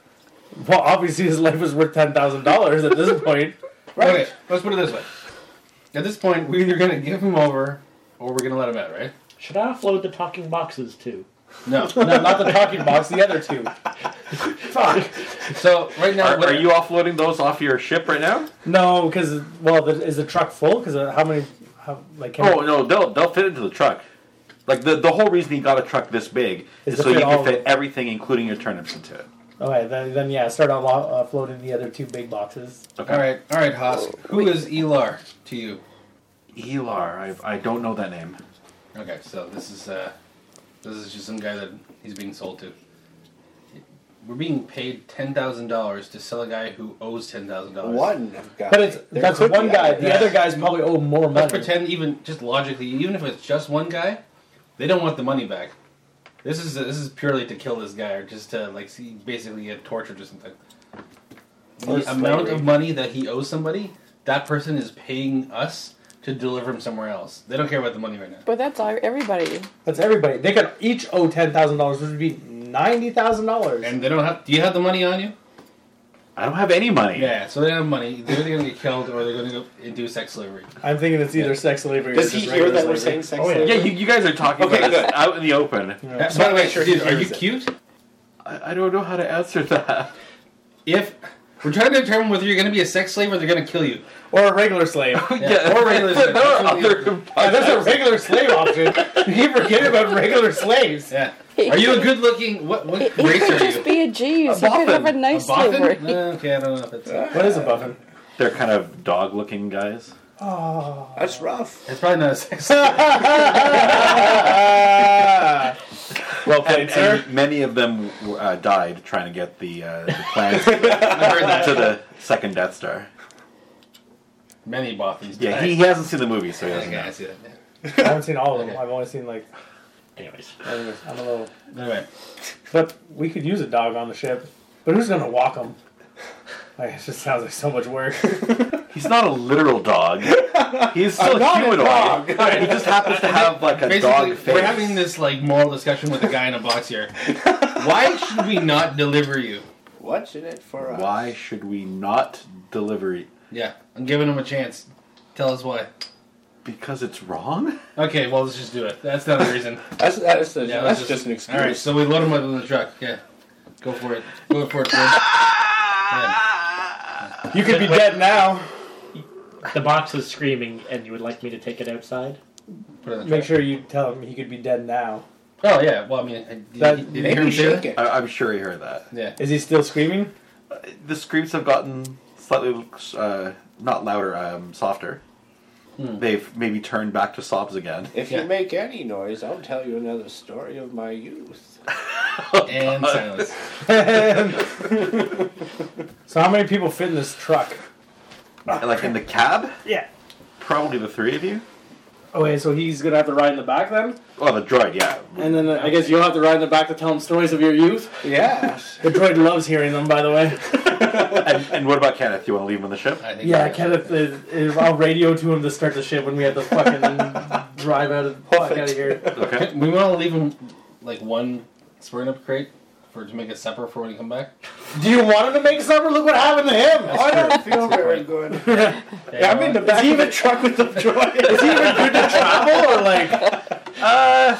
[SPEAKER 4] Well, obviously his life is worth ten thousand dollars at this point.
[SPEAKER 1] Right. Okay. Let's put it this way. At this point, we're either gonna give him over, or we're gonna let him out, right?
[SPEAKER 5] Should I offload the talking boxes too?
[SPEAKER 1] No.
[SPEAKER 4] No, not the talking box. The other two. Fuck.
[SPEAKER 1] So right now,
[SPEAKER 6] Are,
[SPEAKER 1] what-
[SPEAKER 6] are you offloading those off your ship right now?
[SPEAKER 4] No, because well, the, is the truck full? Because how many? How, like, can
[SPEAKER 6] Oh no, they'll they'll fit into the truck. Like the the whole reason he got a truck this big
[SPEAKER 4] Is to
[SPEAKER 6] is, so you
[SPEAKER 4] fit all
[SPEAKER 6] can
[SPEAKER 4] of
[SPEAKER 6] fit
[SPEAKER 4] it.
[SPEAKER 6] everything, including your turnips, into it.
[SPEAKER 4] Okay, then, then yeah, start on uh, floating the other two big boxes.
[SPEAKER 1] All right. All right, Haas. Who is Elar to you?
[SPEAKER 6] Elar, I I don't know that name.
[SPEAKER 1] Okay. So this is uh, this is just some guy that he's being sold to. We're being paid ten thousand dollars to sell a guy who owes ten thousand dollars.
[SPEAKER 2] One guy.
[SPEAKER 4] But it's
[SPEAKER 2] There
[SPEAKER 4] that's
[SPEAKER 2] could be
[SPEAKER 4] one guy. The
[SPEAKER 2] others.
[SPEAKER 4] other guys probably owe more money.
[SPEAKER 1] Let's pretend, even just logically, even if it's just one guy, they don't want the money back. This is this is purely to kill this guy, or just to like see, basically get tortured or something.
[SPEAKER 2] Or
[SPEAKER 1] The amount
[SPEAKER 2] slavery.
[SPEAKER 1] of money that he owes somebody, that person is paying us to deliver him somewhere else. They don't care about the money right now.
[SPEAKER 7] But that's all, everybody.
[SPEAKER 4] That's everybody. They could each owe ten thousand dollars, which would be ninety thousand dollars.
[SPEAKER 1] And they don't have. Do you have the money on you?
[SPEAKER 6] I don't have any money.
[SPEAKER 1] Yeah. So they don't have money. They're either gonna get killed or they're gonna go into sex slavery.
[SPEAKER 4] I'm thinking it's either sex slavery.
[SPEAKER 2] Does he hear that we're saying sex?
[SPEAKER 5] Oh, yeah.
[SPEAKER 2] slavery?
[SPEAKER 6] Yeah, you, you guys are talking
[SPEAKER 2] Okay,
[SPEAKER 6] about this
[SPEAKER 2] good.
[SPEAKER 6] out in the open.
[SPEAKER 1] Uh, By the way, dude, are you
[SPEAKER 4] hears it.
[SPEAKER 1] cute?
[SPEAKER 6] I, I don't know how to answer that.
[SPEAKER 1] If we're trying to determine whether you're gonna be a sex slave or they're gonna kill you.
[SPEAKER 4] or a regular slave?
[SPEAKER 6] Yeah,
[SPEAKER 1] or regular
[SPEAKER 6] there are
[SPEAKER 1] sex.
[SPEAKER 6] other.
[SPEAKER 4] Yeah, Uh, that's a regular slave option. You forget about regular slaves.
[SPEAKER 1] Yeah.
[SPEAKER 7] He
[SPEAKER 1] Are you a
[SPEAKER 7] could-
[SPEAKER 1] good looking? What what
[SPEAKER 7] He, he
[SPEAKER 1] race
[SPEAKER 7] could
[SPEAKER 1] are
[SPEAKER 7] just
[SPEAKER 1] you?
[SPEAKER 7] be a Jeeves.
[SPEAKER 6] A
[SPEAKER 7] He could have a
[SPEAKER 6] boffin.
[SPEAKER 7] nice
[SPEAKER 1] boffin?
[SPEAKER 7] slavery.
[SPEAKER 1] Uh, okay, I don't know if it's.
[SPEAKER 4] What is a buffin?
[SPEAKER 6] They're kind of dog-looking guys.
[SPEAKER 4] Oh.
[SPEAKER 2] That's rough.
[SPEAKER 1] It's probably not a sex.
[SPEAKER 4] well
[SPEAKER 6] And, and many of them uh, died trying to get the, uh, the plans
[SPEAKER 1] I heard that.
[SPEAKER 6] to the second Death Star.
[SPEAKER 1] Many boffins.
[SPEAKER 6] Yeah,
[SPEAKER 1] die.
[SPEAKER 6] he, he hasn't seen the movie, so he doesn't
[SPEAKER 1] Okay, I
[SPEAKER 6] know.
[SPEAKER 1] see that.
[SPEAKER 4] I haven't seen all of them. I've only seen like
[SPEAKER 5] Anyways,
[SPEAKER 4] I don't know, I'm a little.
[SPEAKER 1] yeah. Anyway,
[SPEAKER 4] But we could use a dog on the ship. But who's gonna walk them? Like, it just sounds like so much work.
[SPEAKER 6] He's not a literal dog. He's still a
[SPEAKER 4] not a
[SPEAKER 6] humanoid.
[SPEAKER 4] dog.
[SPEAKER 6] He just happens to have like a
[SPEAKER 1] basically,
[SPEAKER 6] dog face.
[SPEAKER 1] we're having this like moral discussion with a guy in a box here. Why should we not deliver you?
[SPEAKER 2] What's in it for us?
[SPEAKER 6] Why should we not deliver it?
[SPEAKER 1] Yeah, I'm giving him a chance. Tell us why.
[SPEAKER 6] Because it's wrong?
[SPEAKER 1] Okay, well let's just do it. That's not a reason.
[SPEAKER 2] That's that's, a,
[SPEAKER 1] Yeah,
[SPEAKER 2] that's
[SPEAKER 1] let's
[SPEAKER 2] just, an excuse.
[SPEAKER 1] All right, so we load him up in the truck. Yeah, go for it. Go for it. Boy. Yeah.
[SPEAKER 4] You could be dead now.
[SPEAKER 5] the box is screaming, and you would like me to take it outside?
[SPEAKER 1] Put it in the
[SPEAKER 4] Make
[SPEAKER 1] truck.
[SPEAKER 4] sure you tell him he could be dead now.
[SPEAKER 1] Oh yeah. Well, I mean, I- did,
[SPEAKER 4] That-
[SPEAKER 1] you- did you hear
[SPEAKER 2] Maybe
[SPEAKER 1] him say
[SPEAKER 2] shake
[SPEAKER 1] that?
[SPEAKER 2] it.
[SPEAKER 6] I, I'm sure he heard that.
[SPEAKER 1] Yeah.
[SPEAKER 4] Is he still screaming?
[SPEAKER 6] The screams have gotten slightly, uh, not louder, um, softer. They've maybe turned back to sobs again.
[SPEAKER 2] If
[SPEAKER 1] Yeah.
[SPEAKER 2] you make any noise, I'll tell you another story of my youth.
[SPEAKER 1] And silence.
[SPEAKER 4] So how many people fit in this truck?
[SPEAKER 6] like in the cab?
[SPEAKER 4] Yeah.
[SPEAKER 6] Probably the three of you?
[SPEAKER 4] Okay, so he's gonna have to ride in the back then,
[SPEAKER 6] Oh, the droid, yeah.
[SPEAKER 4] and then uh, I guess you'll have to ride in the back to tell him stories of your youth.
[SPEAKER 2] Yes.
[SPEAKER 4] The droid loves hearing them, by the way.
[SPEAKER 6] and, and what about Kenneth? You want to leave him on the ship?
[SPEAKER 1] I think
[SPEAKER 4] Yeah,
[SPEAKER 1] so.
[SPEAKER 4] Kenneth, is, is, I'll radio to him to start the ship when we have to fucking drive out of fuck out of here.
[SPEAKER 6] Okay.
[SPEAKER 1] We want to leave him like one spring up crate for to make a supper for when you come back.
[SPEAKER 4] Do you want him to make supper? Look what happened to him.
[SPEAKER 2] I don't feel very good.
[SPEAKER 1] Yeah,
[SPEAKER 4] I'm in the back. Is he even truck with the droid? Is he even good to travel or like?
[SPEAKER 6] Uh,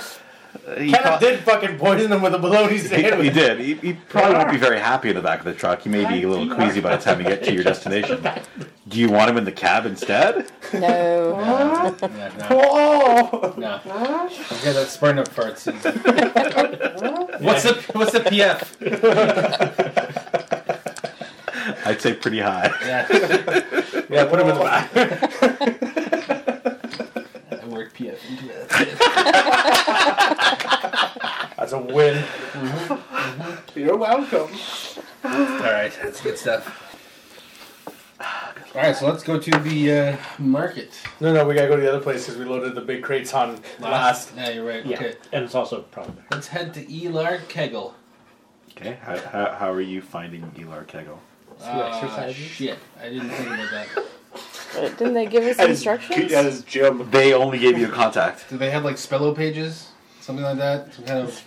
[SPEAKER 6] he,
[SPEAKER 4] Kenneth
[SPEAKER 6] pro-
[SPEAKER 4] did fucking poison him with a bologna
[SPEAKER 6] he, he
[SPEAKER 4] sandwich.
[SPEAKER 6] did. He, he probably won't be very happy in the back of the truck. He may be a little queasy by the time you get to your destination. Do you want him in the cab instead?
[SPEAKER 7] No.
[SPEAKER 1] No, no,
[SPEAKER 4] Oh,
[SPEAKER 1] no. Okay, that's spring up farts. what's the what's the PF?
[SPEAKER 6] I'd say pretty high.
[SPEAKER 1] Yeah,
[SPEAKER 4] yeah, put him in the back.
[SPEAKER 1] I work PF into it.
[SPEAKER 4] That's a win.
[SPEAKER 2] You're welcome.
[SPEAKER 1] All right, that's good stuff. All right, so let's go to the uh, market.
[SPEAKER 4] No, no, we gotta go to the other place because we loaded the big crates on last.
[SPEAKER 1] Yeah, you're right.
[SPEAKER 5] Yeah,
[SPEAKER 1] Okay.
[SPEAKER 5] and it's also probably
[SPEAKER 1] Let's head to Elar Kegel.
[SPEAKER 6] Okay, how, how, how are you finding Elar Kegel?
[SPEAKER 1] Uh, shit, I didn't think about that.
[SPEAKER 7] But didn't they give us instructions?
[SPEAKER 2] That is Jim.
[SPEAKER 6] They only gave you a contact.
[SPEAKER 1] Do they have like spello pages? Something like that? Some kind of.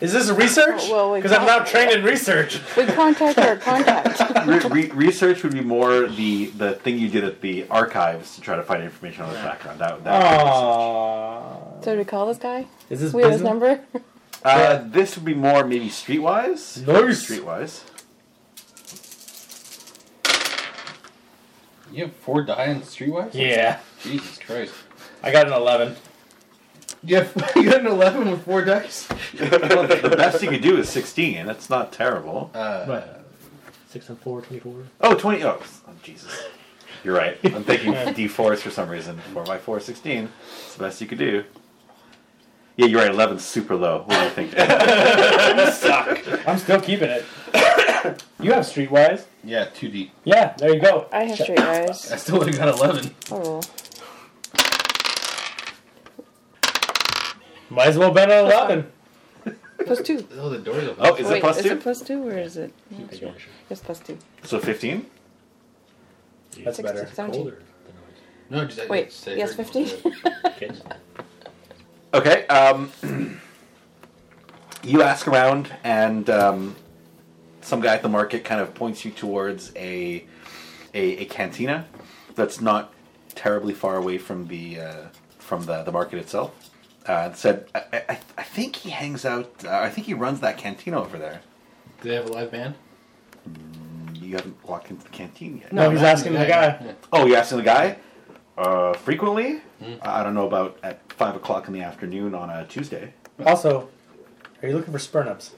[SPEAKER 4] Is this research? Because
[SPEAKER 7] Well, we
[SPEAKER 4] I'm now trained in research.
[SPEAKER 7] We contact our contact.
[SPEAKER 6] Re- re- research would be more the, the thing you did at the archives to try to find information on his background. That, that
[SPEAKER 4] Aww.
[SPEAKER 7] So do we call this guy?
[SPEAKER 4] Is this
[SPEAKER 7] We have his number.
[SPEAKER 6] uh, this would be more maybe streetwise.
[SPEAKER 4] Nice.
[SPEAKER 6] Streetwise.
[SPEAKER 1] You have four die in Streetwise?
[SPEAKER 4] Yeah,
[SPEAKER 1] Jesus Christ.
[SPEAKER 4] I got an eleven.
[SPEAKER 1] You, have, you got an 11 with four dice?
[SPEAKER 6] the best you could do is 16. That's not terrible.
[SPEAKER 1] Uh,
[SPEAKER 5] six and four, 24.
[SPEAKER 6] Oh, 20. Oh, oh, Jesus. You're right. I'm thinking D4s for some reason. 4 by 4 16. It's the best you could do. Yeah, you're right. 11's super low. What do you think?
[SPEAKER 4] I'm still keeping it. you have streetwise.
[SPEAKER 1] yeah, 2D.
[SPEAKER 4] Yeah, there you go.
[SPEAKER 7] I have straight eyes.
[SPEAKER 1] I still would have got 11.
[SPEAKER 7] Oh,
[SPEAKER 4] Might as well bet on eleven.
[SPEAKER 7] plus two.
[SPEAKER 1] Oh, the door's open.
[SPEAKER 6] oh, is
[SPEAKER 7] Wait,
[SPEAKER 6] it plus
[SPEAKER 7] is
[SPEAKER 6] 2?
[SPEAKER 7] it plus two or is it? It's plus two.
[SPEAKER 6] so 15?
[SPEAKER 4] That's
[SPEAKER 7] Six-
[SPEAKER 4] better.
[SPEAKER 7] seventeen.
[SPEAKER 1] No, just, I
[SPEAKER 7] Wait,
[SPEAKER 1] just- I
[SPEAKER 7] yes,
[SPEAKER 1] heard-
[SPEAKER 7] fifteen.
[SPEAKER 5] Kids.
[SPEAKER 6] Okay. Um, you ask around, and um, some guy at the market kind of points you towards a a, a cantina that's not terribly far away from the uh, from the, the market itself. Uh, it said, I, I, I think he hangs out. Uh, I think he runs that cantina over there.
[SPEAKER 1] Do they have a live band?
[SPEAKER 6] You haven't walked into the canteen yet.
[SPEAKER 4] No, he's asking the guy.
[SPEAKER 1] Yeah.
[SPEAKER 6] Oh, you're asking the guy. Uh, frequently, I I don't know about at five o'clock in the afternoon on a Tuesday.
[SPEAKER 4] Also, are you looking for spurnups?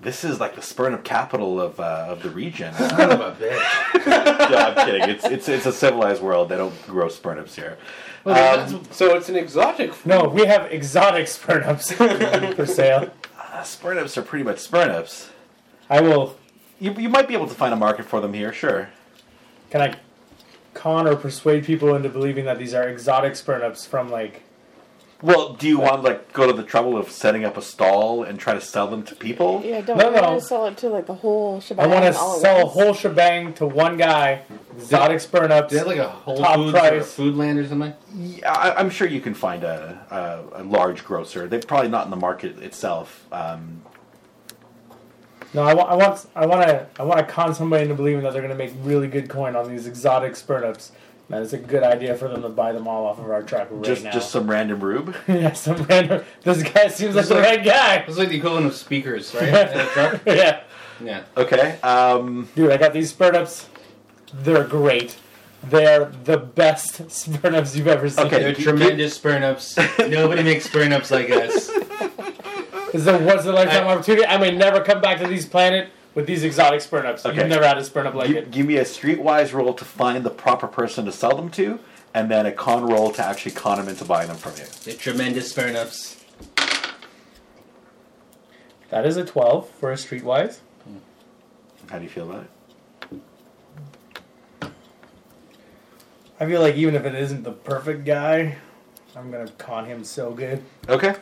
[SPEAKER 6] This is like the spurnum capital of uh, of the region.
[SPEAKER 1] Son of a bitch.
[SPEAKER 6] no, I'm kidding. It's, it's it's a civilized world. They don't grow spurnums here.
[SPEAKER 2] So it's an exotic. f-
[SPEAKER 4] No, we have exotic spurnups for sale.
[SPEAKER 6] Uh, spurnups are pretty much spurnups.
[SPEAKER 4] I will.
[SPEAKER 6] You, you might be able to find a market for them here, sure.
[SPEAKER 4] Can I con or persuade people into believing that these are exotic spurnups from like?
[SPEAKER 6] Well, do you want to like go to the trouble of setting up a stall and try to sell them to people?
[SPEAKER 7] Yeah, don't
[SPEAKER 4] No,
[SPEAKER 7] want
[SPEAKER 4] no.
[SPEAKER 7] to sell it to like the whole
[SPEAKER 4] I
[SPEAKER 7] shebang.
[SPEAKER 4] want to
[SPEAKER 7] all at
[SPEAKER 4] sell a
[SPEAKER 7] once.
[SPEAKER 4] whole shebang to one guy. Exotic spurnups.
[SPEAKER 1] Do they have like a Whole
[SPEAKER 4] Top
[SPEAKER 1] Foods or a
[SPEAKER 4] price.
[SPEAKER 1] Foodland or something?
[SPEAKER 6] Yeah, I, I'm sure you can find a, a, a large grocer. They're probably not in the market itself. Um,
[SPEAKER 4] No, I want, I want, I want to, I want to con somebody into believing that they're going to make really good coin on these exotic spurnups. That it's a good idea for them to buy them all off of our truck right
[SPEAKER 6] just
[SPEAKER 4] now.
[SPEAKER 6] just some random rube.
[SPEAKER 4] yeah, some random. This guy seems like
[SPEAKER 1] Just
[SPEAKER 4] the
[SPEAKER 1] like-
[SPEAKER 4] right guy.
[SPEAKER 1] It's like the equivalent of speakers, right? In a truck?
[SPEAKER 4] yeah,
[SPEAKER 1] Yeah.
[SPEAKER 6] Okay. Um,
[SPEAKER 4] dude, I got these spurnups. They're great. They're the best spurnups you've ever seen.
[SPEAKER 6] Okay.
[SPEAKER 1] They're tremendous spurnups. Nobody makes spurnups like us.
[SPEAKER 4] It's a once in a lifetime
[SPEAKER 1] I-
[SPEAKER 4] opportunity. I may never come back to this planet with these exotic spurnups.
[SPEAKER 6] Okay.
[SPEAKER 4] You've never had a spurnup like
[SPEAKER 6] Gi-
[SPEAKER 4] it.
[SPEAKER 6] give me a streetwise roll to find the proper person to sell them to, and then a con roll to actually con them into buying them from you.
[SPEAKER 1] They're tremendous spurnups.
[SPEAKER 4] That is a twelve for a streetwise.
[SPEAKER 6] How do you feel about it?
[SPEAKER 4] I feel like even if it isn't the perfect guy, I'm gonna con him so good.
[SPEAKER 6] Okay.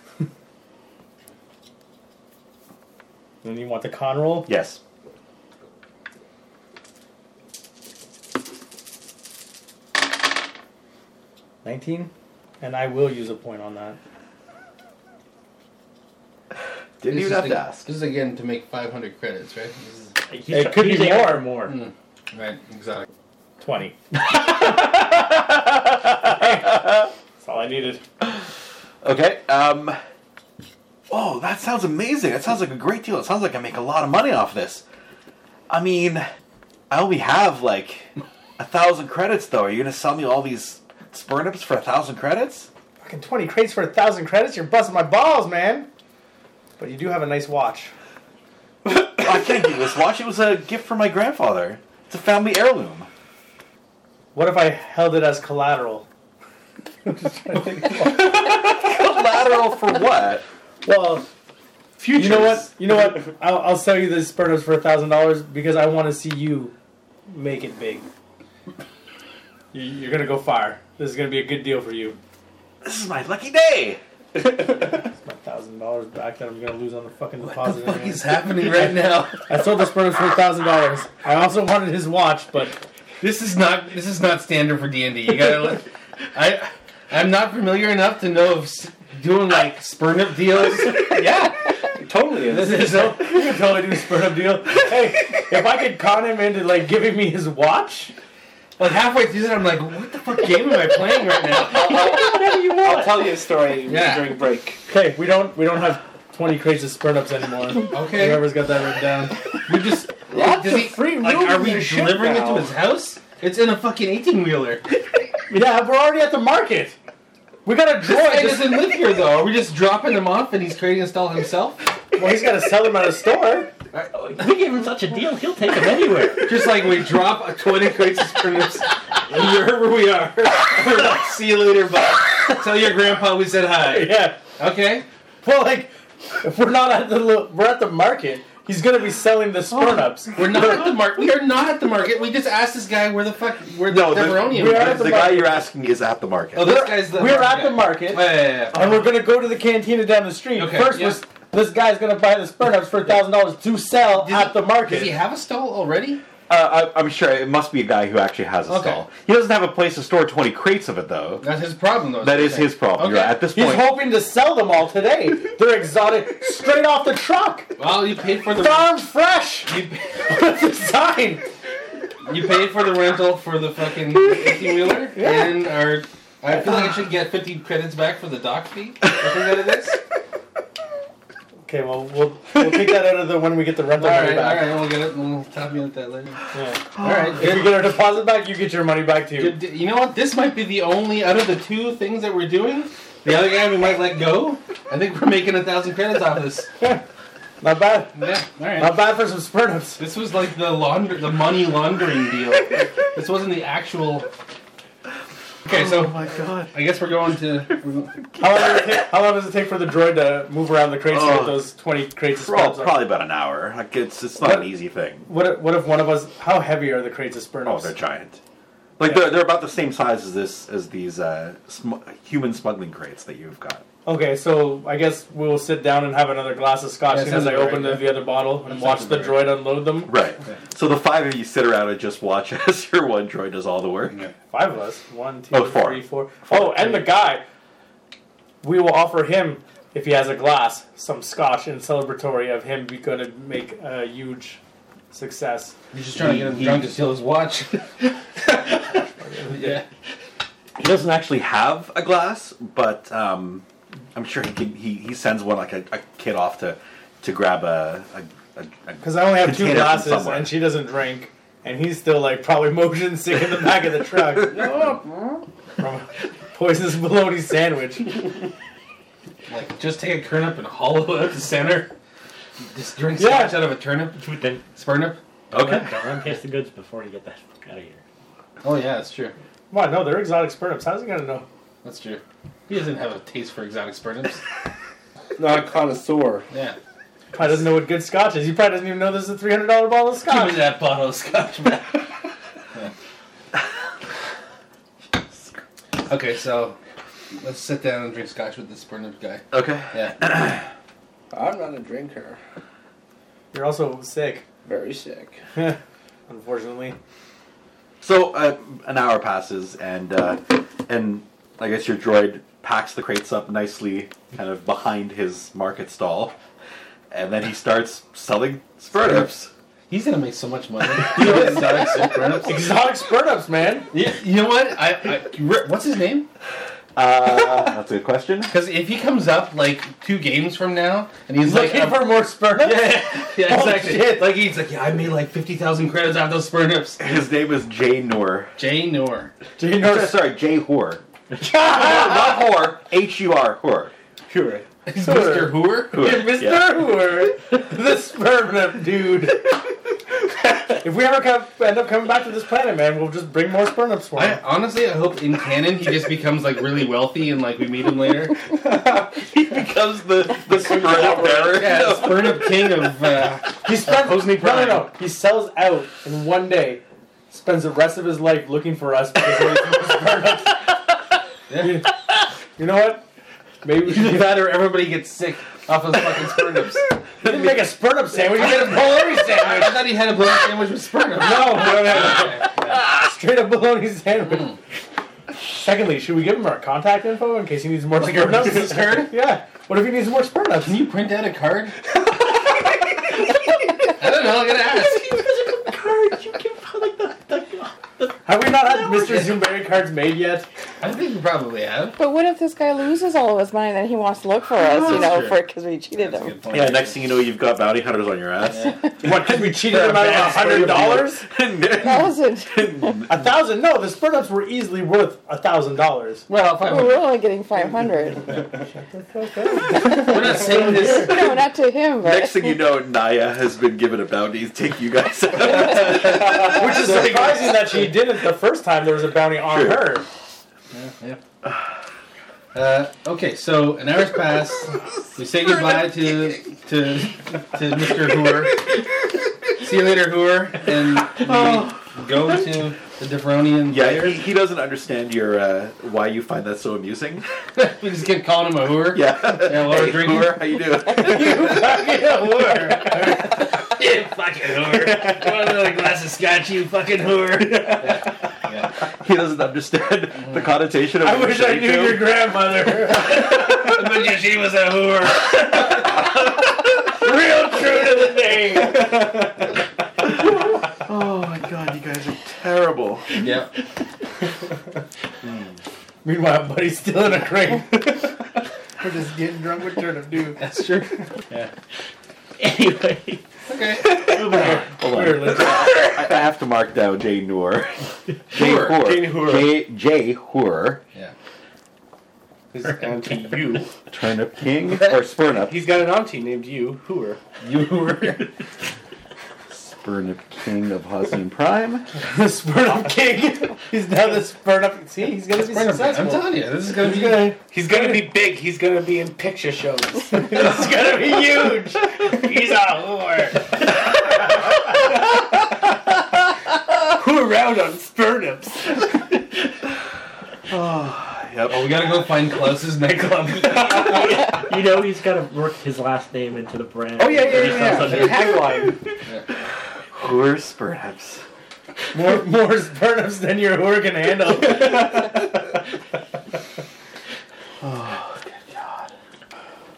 [SPEAKER 4] And you want the con roll?
[SPEAKER 6] Yes.
[SPEAKER 4] Nineteen, and I will use a point on that.
[SPEAKER 6] Didn't
[SPEAKER 1] This
[SPEAKER 6] even
[SPEAKER 1] is
[SPEAKER 6] have
[SPEAKER 1] ag-
[SPEAKER 6] to ask.
[SPEAKER 1] This is again to make 500 credits, right? This is-
[SPEAKER 5] He's
[SPEAKER 4] It
[SPEAKER 5] try-
[SPEAKER 4] could be
[SPEAKER 5] he's aiming
[SPEAKER 4] more.
[SPEAKER 5] for more.
[SPEAKER 1] right, exactly.
[SPEAKER 4] Twenty. That's all I needed.
[SPEAKER 6] Okay. Um. Oh, that sounds amazing. That sounds like a great deal. It sounds like I make a lot of money off this. I mean, I only have like a thousand credits though. Are you gonna sell me all these spurnips for a thousand credits?
[SPEAKER 4] Fucking twenty crates for a thousand credits. You're busting my balls, man. But you do have a nice watch.
[SPEAKER 6] Oh, I can't give this watch. It was a gift from my grandfather. It's a family heirloom.
[SPEAKER 4] What if I held it as collateral?
[SPEAKER 6] Collateral for what?
[SPEAKER 4] Well,
[SPEAKER 6] Futures.
[SPEAKER 4] you know what? You know what? I'll, I'll sell you the Spurnos for a thousand dollars because I want to see you make it big. You- You're gonna go far. This is gonna be a good deal for you.
[SPEAKER 6] This is my lucky day.
[SPEAKER 4] It's my thousand dollars back that I'm gonna lose on the fucking deposit. anyway.
[SPEAKER 1] happening right now.
[SPEAKER 4] I sold this bonus for a thousand dollars. I also wanted his watch, but
[SPEAKER 1] This is not this is not standard for D and D. You gotta. let- I I'm not familiar enough to know if s- doing like spurn up deals.
[SPEAKER 2] yeah, totally is.
[SPEAKER 4] this is no, you can totally do spurt up deal. Hey, if I could con him into like giving me his watch,
[SPEAKER 1] Like halfway through that, I'm like, what the fuck game am I playing right now?
[SPEAKER 4] whatever you
[SPEAKER 2] I'll
[SPEAKER 4] want.
[SPEAKER 2] tell you a story
[SPEAKER 1] Yeah.
[SPEAKER 2] during break.
[SPEAKER 4] Okay, we don't we don't have twenty crates of spurt ups anymore.
[SPEAKER 1] Okay.
[SPEAKER 4] whoever's got that written down.
[SPEAKER 1] We just
[SPEAKER 2] Lots
[SPEAKER 1] does
[SPEAKER 2] of
[SPEAKER 1] he-
[SPEAKER 2] free
[SPEAKER 1] like,
[SPEAKER 2] room
[SPEAKER 1] are
[SPEAKER 2] in
[SPEAKER 1] we
[SPEAKER 2] your ship
[SPEAKER 1] delivering it
[SPEAKER 2] now.
[SPEAKER 1] to his house? It's in a fucking eighteen wheeler.
[SPEAKER 4] Yeah, we're already at the market. We got a droid.
[SPEAKER 1] Boy doesn't live here though. Are we just dropping him off and he's creating a stall himself?
[SPEAKER 4] well, he's got to sell him at a store.
[SPEAKER 5] Oh, We gave him such a deal, he'll take him anywhere.
[SPEAKER 1] Just like we drop a 20 crates of Spruce wherever we are. We're like, See you later, bud. Tell your grandpa we said hi.
[SPEAKER 4] Yeah.
[SPEAKER 1] Okay.
[SPEAKER 4] Well, like, if we're not at the lo- we're at the market, he's gonna be selling the spurnups.
[SPEAKER 1] We're not at the market. We are not at the market. We just asked this guy where the fuck where the
[SPEAKER 6] No, the,
[SPEAKER 1] pepperoni
[SPEAKER 4] we are
[SPEAKER 1] is.
[SPEAKER 4] at the
[SPEAKER 6] the guy
[SPEAKER 4] market.
[SPEAKER 6] you're asking is at the market. Uh,
[SPEAKER 1] Oh, this guy's the.
[SPEAKER 4] We're at the market,
[SPEAKER 1] Yeah, yeah, yeah.
[SPEAKER 4] and we're gonna go to the cantina down the street.
[SPEAKER 1] Okay,
[SPEAKER 4] First,
[SPEAKER 1] yeah.
[SPEAKER 4] was, this guy's gonna buy the spurnups for thousand dollars to sell
[SPEAKER 1] Does he-
[SPEAKER 4] at the market.
[SPEAKER 1] Does he have a stall already?
[SPEAKER 6] Uh, I, I'm sure it must be a guy who actually has a
[SPEAKER 1] Okay.
[SPEAKER 6] stall. He doesn't have a place to store 20 crates of it, though.
[SPEAKER 1] That's his problem, though.
[SPEAKER 6] That is his problem. You're
[SPEAKER 1] Okay.
[SPEAKER 6] right. at this
[SPEAKER 4] He's
[SPEAKER 6] point.
[SPEAKER 4] hoping to sell them all today. They're exotic, straight off the truck,
[SPEAKER 1] Well, you paid for the
[SPEAKER 4] farm fresh.
[SPEAKER 1] you,
[SPEAKER 4] What's the sign?
[SPEAKER 1] you paid for the rental for the fucking fifty wheeler, and our I feel like I should get fifty credits back for the dock fee. I think that it is.
[SPEAKER 4] Okay, well we'll we'll take that out of the when we get the rental
[SPEAKER 1] All
[SPEAKER 4] money
[SPEAKER 1] right,
[SPEAKER 4] back.
[SPEAKER 1] all right, we'll get it. We'll top you at that later.
[SPEAKER 4] Yeah.
[SPEAKER 1] All right.
[SPEAKER 4] If you get our deposit back, you get your money back too.
[SPEAKER 1] Good. You know what? This might be the only out of the two things that we're doing. The other guy we might let go. I think we're making a thousand credits off this.
[SPEAKER 4] Not bad.
[SPEAKER 1] Yeah. All right.
[SPEAKER 4] Not bad for some spurnups.
[SPEAKER 1] This was like the launder, the money laundering deal. this wasn't the actual. Okay, so
[SPEAKER 6] my god.
[SPEAKER 1] I guess we're going to. we're go-
[SPEAKER 4] How long, does it take, how long does it take for the droid to move around the crates to
[SPEAKER 6] Oh.
[SPEAKER 4] get those 20 crates of
[SPEAKER 6] Well,
[SPEAKER 4] spurnups? up?
[SPEAKER 6] probably about an hour. Like, it's, it's not
[SPEAKER 4] What-
[SPEAKER 6] an easy thing.
[SPEAKER 4] What if, what if one of us... How heavy are the crates of
[SPEAKER 6] Oh,
[SPEAKER 4] spurnups?
[SPEAKER 6] they're giant. Like they're, they're about the same size as this as these uh, sm- human smuggling crates that you've got.
[SPEAKER 4] okay, so I guess we'll sit down and have another glass of scotch
[SPEAKER 1] Yeah,
[SPEAKER 4] as soon as
[SPEAKER 1] sounds
[SPEAKER 4] I
[SPEAKER 1] about
[SPEAKER 4] open
[SPEAKER 1] right,
[SPEAKER 4] the, the other bottle and
[SPEAKER 1] That
[SPEAKER 4] watch
[SPEAKER 1] sounds
[SPEAKER 4] the
[SPEAKER 1] about
[SPEAKER 4] droid unload them.
[SPEAKER 6] Right. So the five of you sit around and just watch as your one droid does all the work.
[SPEAKER 4] Five of us. One, two,
[SPEAKER 6] Oh, four.
[SPEAKER 4] three, four. Oh, and the guy. We will offer him, if he has a glass, some scotch in celebratory of him be going to make a huge success.
[SPEAKER 1] You're just trying to get him drunk to steal his watch. yeah.
[SPEAKER 6] He doesn't actually have a glass, but um, I'm sure he can. He, he sends one like a, a kid off to to grab a. a, a, a
[SPEAKER 4] Because I only have two
[SPEAKER 6] container from
[SPEAKER 4] glasses
[SPEAKER 6] somewhere.
[SPEAKER 4] and she doesn't drink, and he's still like probably motion sick in the back of the truck from a poisonous bologna sandwich.
[SPEAKER 1] Like, just take a turnip and hollow it at the center. Just drink
[SPEAKER 4] Yeah.
[SPEAKER 1] scotch out of a turnip,
[SPEAKER 5] Then
[SPEAKER 1] spurnip.
[SPEAKER 6] okay.
[SPEAKER 5] don't run past the goods before you get that fuck out of here.
[SPEAKER 1] Oh yeah, that's true.
[SPEAKER 4] Come on, no, they're exotic spurnups. How's he gonna know?
[SPEAKER 1] That's true. He doesn't have a taste for exotic spurnips.
[SPEAKER 2] Not a connoisseur.
[SPEAKER 1] Yeah.
[SPEAKER 4] Probably doesn't know what good scotch is. He probably doesn't even know this is a three hundred dollar bottle of
[SPEAKER 1] Give me
[SPEAKER 4] scotch.
[SPEAKER 1] that bottle of scotch back. okay, so let's sit down and drink scotch with this burned up guy.
[SPEAKER 6] Okay.
[SPEAKER 1] Yeah.
[SPEAKER 2] I'm not a drinker.
[SPEAKER 4] You're also sick,
[SPEAKER 2] Very sick.
[SPEAKER 4] unfortunately.
[SPEAKER 6] So uh, an hour passes, and uh, and I guess your droid packs the crates up nicely, kind of behind his market stall, and then he starts selling spurnips.
[SPEAKER 1] He's gonna make so much money. you, know what?
[SPEAKER 4] Exotic spurnups, man.
[SPEAKER 1] Yeah, you know what? I, I Ri- what's his name?
[SPEAKER 6] Uh, that's a good question.
[SPEAKER 1] Because if he comes up like two games from now and he's like,
[SPEAKER 4] Looking
[SPEAKER 1] I'm-
[SPEAKER 4] for more spurnups.
[SPEAKER 1] yeah, yeah,
[SPEAKER 4] Oh,
[SPEAKER 1] exactly.
[SPEAKER 4] shit.
[SPEAKER 1] Like he's like, yeah, I made like fifty thousand credits off those spurnips.
[SPEAKER 6] His name is Jay Noor.
[SPEAKER 1] Jay Noor.
[SPEAKER 4] Do you
[SPEAKER 6] No,
[SPEAKER 4] know?
[SPEAKER 6] sorry, Jay Hoor. Not Hoor. H U R Hoor.
[SPEAKER 2] Sure.
[SPEAKER 1] Mr. Hooer?
[SPEAKER 6] Hoor.
[SPEAKER 4] Mr.
[SPEAKER 6] Yeah.
[SPEAKER 4] Hoover, the spurnip dude. if we ever come, end up coming back to this planet, man, we'll just bring more spurnips for
[SPEAKER 1] I
[SPEAKER 4] him.
[SPEAKER 1] honestly, I hope in canon he just becomes like really wealthy and like we meet him later.
[SPEAKER 6] He becomes the the spurnip bearer.
[SPEAKER 1] Yeah, the spurnip king of. Uh,
[SPEAKER 4] He spends
[SPEAKER 1] Posey
[SPEAKER 4] no, no,
[SPEAKER 1] Prime.
[SPEAKER 4] no. He sells out in one day. spends the rest of his life looking for us because we're his most products. You- You know what? Maybe we should
[SPEAKER 1] Either that or everybody gets sick off of fucking spurnups.
[SPEAKER 4] you didn't make a spurt up sandwich. You made a bologna sandwich.
[SPEAKER 1] I thought he had a bologna sandwich with spurnups.
[SPEAKER 4] No, we don't have that. straight up bologna sandwich. Secondly, should we give him our contact info in case he needs more
[SPEAKER 1] Like
[SPEAKER 4] spurt
[SPEAKER 1] a business card?
[SPEAKER 4] Yeah. What if he needs more spurt ups?
[SPEAKER 1] Can you print out a card? I don't know. I'm gonna ask.
[SPEAKER 5] Physical cards you can put like the, the
[SPEAKER 4] Have we not had
[SPEAKER 5] we're
[SPEAKER 4] Mr. Zumberry cards made yet?
[SPEAKER 1] I think you probably have.
[SPEAKER 7] But what if this guy loses all of his money that he wants to look for us, you
[SPEAKER 1] That's
[SPEAKER 7] know,
[SPEAKER 1] true.
[SPEAKER 7] for because we cheated him?
[SPEAKER 1] point.
[SPEAKER 6] Yeah, next thing you know, you've got bounty hunters on your ass.
[SPEAKER 4] What? Because we cheated him out of a hundred dollars,
[SPEAKER 7] Thousand.
[SPEAKER 4] a thousand. No, the spurt ups were easily worth a thousand dollars.
[SPEAKER 1] Well, fine.
[SPEAKER 7] We're only getting five hundred.
[SPEAKER 1] We're not saying this.
[SPEAKER 7] No, not to him. But
[SPEAKER 6] Next thing you know, Naya has been given a bounty to take you guys out. Which is like,
[SPEAKER 4] Surprising that she did it the first time. There was a bounty on
[SPEAKER 6] Sure.
[SPEAKER 4] her.
[SPEAKER 1] Yeah. Uh, okay, so an hour's passed. We say goodbye to to to Mr. Hoor. See you later, Hoor, and we go to the Deveronian.
[SPEAKER 6] yeah, he, he doesn't understand your uh, why you find that so amusing.
[SPEAKER 1] we just keep calling him a Hoor.
[SPEAKER 6] Yeah.
[SPEAKER 1] Yeah, while we're
[SPEAKER 6] Hey,
[SPEAKER 1] drinking.
[SPEAKER 6] Hoover, how you doing?
[SPEAKER 5] You fucking whore. You want another glass of scotch, you fucking whore.
[SPEAKER 6] he doesn't understand the connotation of.
[SPEAKER 4] I
[SPEAKER 6] what
[SPEAKER 4] wish
[SPEAKER 6] you're
[SPEAKER 4] I knew
[SPEAKER 6] saying
[SPEAKER 4] your grandmother.
[SPEAKER 5] But you- she was a whore.
[SPEAKER 4] Real true to the name.
[SPEAKER 6] to him. Oh my god, you guys are terrible.
[SPEAKER 1] Yeah.
[SPEAKER 4] Meanwhile, buddy's still in a crate. We're just getting drunk with turnip, dude.
[SPEAKER 1] That's true.
[SPEAKER 5] Anyway.
[SPEAKER 1] Okay.
[SPEAKER 6] Hold on.
[SPEAKER 4] We're legit.
[SPEAKER 6] I, I have to mark down Jay Noor. Jay
[SPEAKER 1] Hoor.
[SPEAKER 6] Hoor.
[SPEAKER 4] Jane Hoor.
[SPEAKER 6] Jay, Jay Hoor.
[SPEAKER 1] Yeah.
[SPEAKER 2] His auntie you.
[SPEAKER 6] Turnip King or Spurnup?
[SPEAKER 2] He's got an auntie named you, Hooer.
[SPEAKER 1] You were.
[SPEAKER 6] Spurnup King of Hosnian Prime.
[SPEAKER 4] the Spurnup King. He's now the Spurnup. See, he's gonna be
[SPEAKER 1] I'm
[SPEAKER 4] successful.
[SPEAKER 1] telling you, this is gonna be.
[SPEAKER 4] gonna,
[SPEAKER 2] He's gonna be big. He's gonna be in picture shows.
[SPEAKER 4] it's gonna be huge.
[SPEAKER 5] He's a whore.
[SPEAKER 2] Who around on spurnips?
[SPEAKER 1] Oh, we gotta go find Klaus's nightclub.
[SPEAKER 5] You know he's gotta work his last name into the brand.
[SPEAKER 2] Oh yeah, yeah,
[SPEAKER 5] Or
[SPEAKER 2] yeah.
[SPEAKER 5] something.
[SPEAKER 2] yeah. Tagline.
[SPEAKER 6] Hoor Spurnups.
[SPEAKER 4] More, more Spurnups than your whore can handle.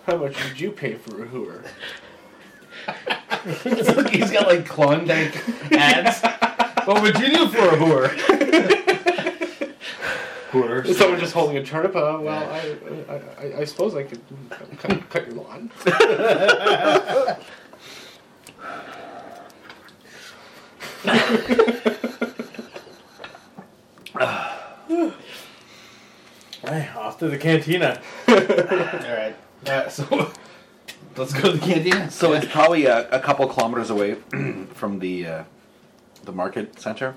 [SPEAKER 2] How much would you pay for a Hooer?
[SPEAKER 1] He's got like Klondike ads. what would you do for a whore? Whore.
[SPEAKER 2] Someone just holding a turnip. Uh, well, I, I, I, I suppose I could cut, cut your lawn.
[SPEAKER 4] Hey, off to the cantina.
[SPEAKER 1] All right. Uh, so let's go to the canteen.
[SPEAKER 6] So it's probably a, a couple kilometers away from the uh, the market center,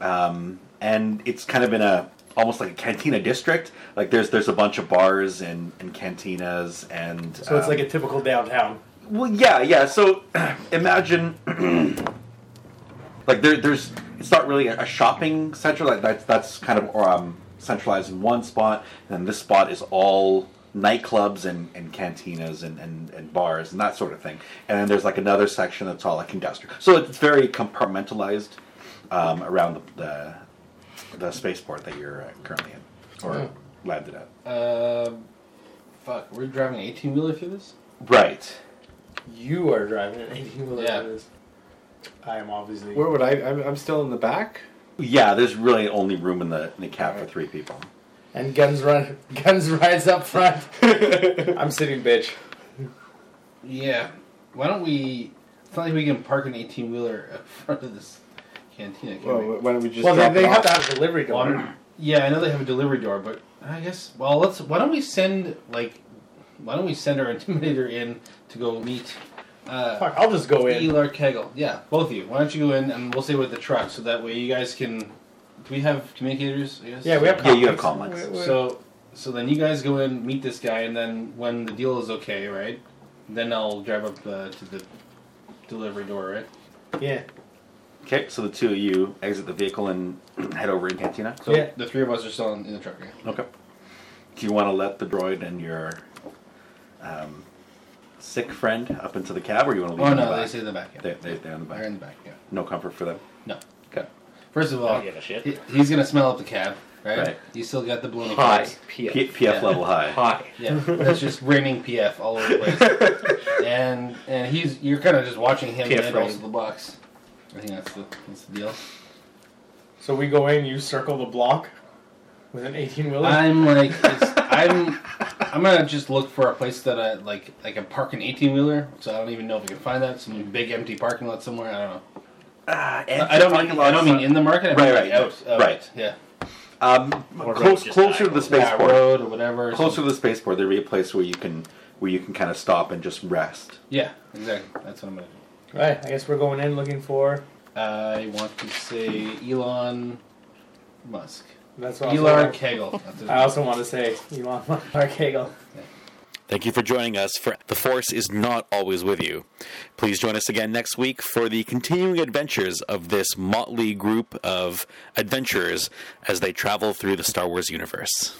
[SPEAKER 6] um, and it's kind of in a almost like a cantina district. Like there's there's a bunch of bars and, and cantinas and
[SPEAKER 4] So it's
[SPEAKER 6] um,
[SPEAKER 4] like a typical downtown.
[SPEAKER 6] well, yeah, yeah. So imagine, like there, there's it's not really a, a shopping center. Like that's that's kind of um, centralized in one spot, and then this spot is all nightclubs and, and cantinas and, and, and bars and that sort of thing. And then there's like another section that's all like industrial. So it's very compartmentalized um, around the, the the spaceport that you're uh, currently in or landed at.
[SPEAKER 1] Um, fuck, we're driving an 18 wheeler through this?
[SPEAKER 6] Right.
[SPEAKER 4] You are driving it. and you will
[SPEAKER 1] Yeah.
[SPEAKER 4] drive this. I am obviously.
[SPEAKER 2] Where would I? I'm, I'm still in the back.
[SPEAKER 6] Yeah, there's really only room in the in the cab for three people.
[SPEAKER 4] And guns run. Guns rides up front. I'm sitting, bitch.
[SPEAKER 1] Yeah. Why don't we. It's not like we can park an 18 wheeler in front of this cantina, can we?
[SPEAKER 2] Well, why don't we just?
[SPEAKER 4] Well,
[SPEAKER 2] drop
[SPEAKER 4] then they
[SPEAKER 2] it
[SPEAKER 4] have
[SPEAKER 2] off?
[SPEAKER 4] to have a delivery
[SPEAKER 1] Well,
[SPEAKER 4] door.
[SPEAKER 1] I'm- yeah, I know they have a delivery door, but I guess. Well, let's. Why don't we send, like. Why don't we send our intimidator in to go meet. Uh,
[SPEAKER 4] Fuck, I'll just go in.
[SPEAKER 1] Elar Kegel. Yeah, both of you. Why don't you go in and we'll stay with the truck so that way you guys can. Do we have communicators? I guess?
[SPEAKER 4] Yeah, we have.
[SPEAKER 6] Yeah, you have
[SPEAKER 4] conflicts.
[SPEAKER 6] conflicts.
[SPEAKER 4] We- we-
[SPEAKER 1] So, so then you guys go in, meet this guy, and then when the deal is okay, right? Then I'll drive up uh, to the delivery door, right?
[SPEAKER 4] yeah.
[SPEAKER 6] Okay, so the two of you exit the vehicle and head over in Cantina.
[SPEAKER 1] So
[SPEAKER 4] Yeah.
[SPEAKER 1] the three of us are still in, in the truck. Yeah.
[SPEAKER 6] Okay. Do you want to let the droid and your um, sick friend up into the cab, or you want to leave
[SPEAKER 1] Oh
[SPEAKER 6] them in
[SPEAKER 1] no,
[SPEAKER 6] the
[SPEAKER 1] they
[SPEAKER 6] back?
[SPEAKER 1] sit in the back. Yeah.
[SPEAKER 6] They're, they're, they're in the
[SPEAKER 1] They're in
[SPEAKER 6] back.
[SPEAKER 1] the back. Yeah.
[SPEAKER 6] No comfort for them.
[SPEAKER 1] No.
[SPEAKER 6] Okay.
[SPEAKER 1] First of
[SPEAKER 5] I
[SPEAKER 1] all,
[SPEAKER 5] don't give a Oh, shit.
[SPEAKER 1] he, he's gonna smell up the cab, right?
[SPEAKER 6] Right.
[SPEAKER 1] You still got the balloon. of
[SPEAKER 5] Hi.
[SPEAKER 1] course.
[SPEAKER 5] PF.
[SPEAKER 6] P- PF
[SPEAKER 1] Yeah.
[SPEAKER 6] level high.
[SPEAKER 5] Hi.
[SPEAKER 1] Yeah, that's just raining PF all over the place. and and he's you're kind of just watching him
[SPEAKER 5] PF
[SPEAKER 1] and also
[SPEAKER 5] rain.
[SPEAKER 1] the box. I think that's the that's the deal.
[SPEAKER 4] So we go in, you circle the block with an 18 wheeler.
[SPEAKER 1] I'm like it's, I'm I'm gonna just look for a place that I like I can park an 18 wheeler. So I don't even know if I can find that some big empty parking lot somewhere. I don't know.
[SPEAKER 6] Ah,
[SPEAKER 1] I don't mean I don't mean in the market. I mean
[SPEAKER 6] Right,
[SPEAKER 1] like
[SPEAKER 6] right,
[SPEAKER 1] out, out,
[SPEAKER 6] right.
[SPEAKER 1] Yeah,
[SPEAKER 6] Um,
[SPEAKER 5] Or road
[SPEAKER 6] close,
[SPEAKER 5] just
[SPEAKER 6] closer to the
[SPEAKER 5] diagonal.
[SPEAKER 1] yeah,
[SPEAKER 6] spaceport.
[SPEAKER 1] road or whatever.
[SPEAKER 6] closer
[SPEAKER 1] some-
[SPEAKER 6] to the spaceport, there'd be a place where you can where you can kind of stop and just rest.
[SPEAKER 1] Yeah, exactly. That's what I'm gonna do.
[SPEAKER 4] right, I guess we're going in looking for.
[SPEAKER 1] I want to say Elon Musk.
[SPEAKER 4] That's what I also
[SPEAKER 1] Elon
[SPEAKER 4] want-
[SPEAKER 1] Kegel. That's it.
[SPEAKER 4] I also want to say Elon Mark Hagel.
[SPEAKER 3] Thank you for joining us for The Force is Not Always With You. Please join us again next week for the continuing adventures of this motley group of adventurers as they travel through the Star Wars universe.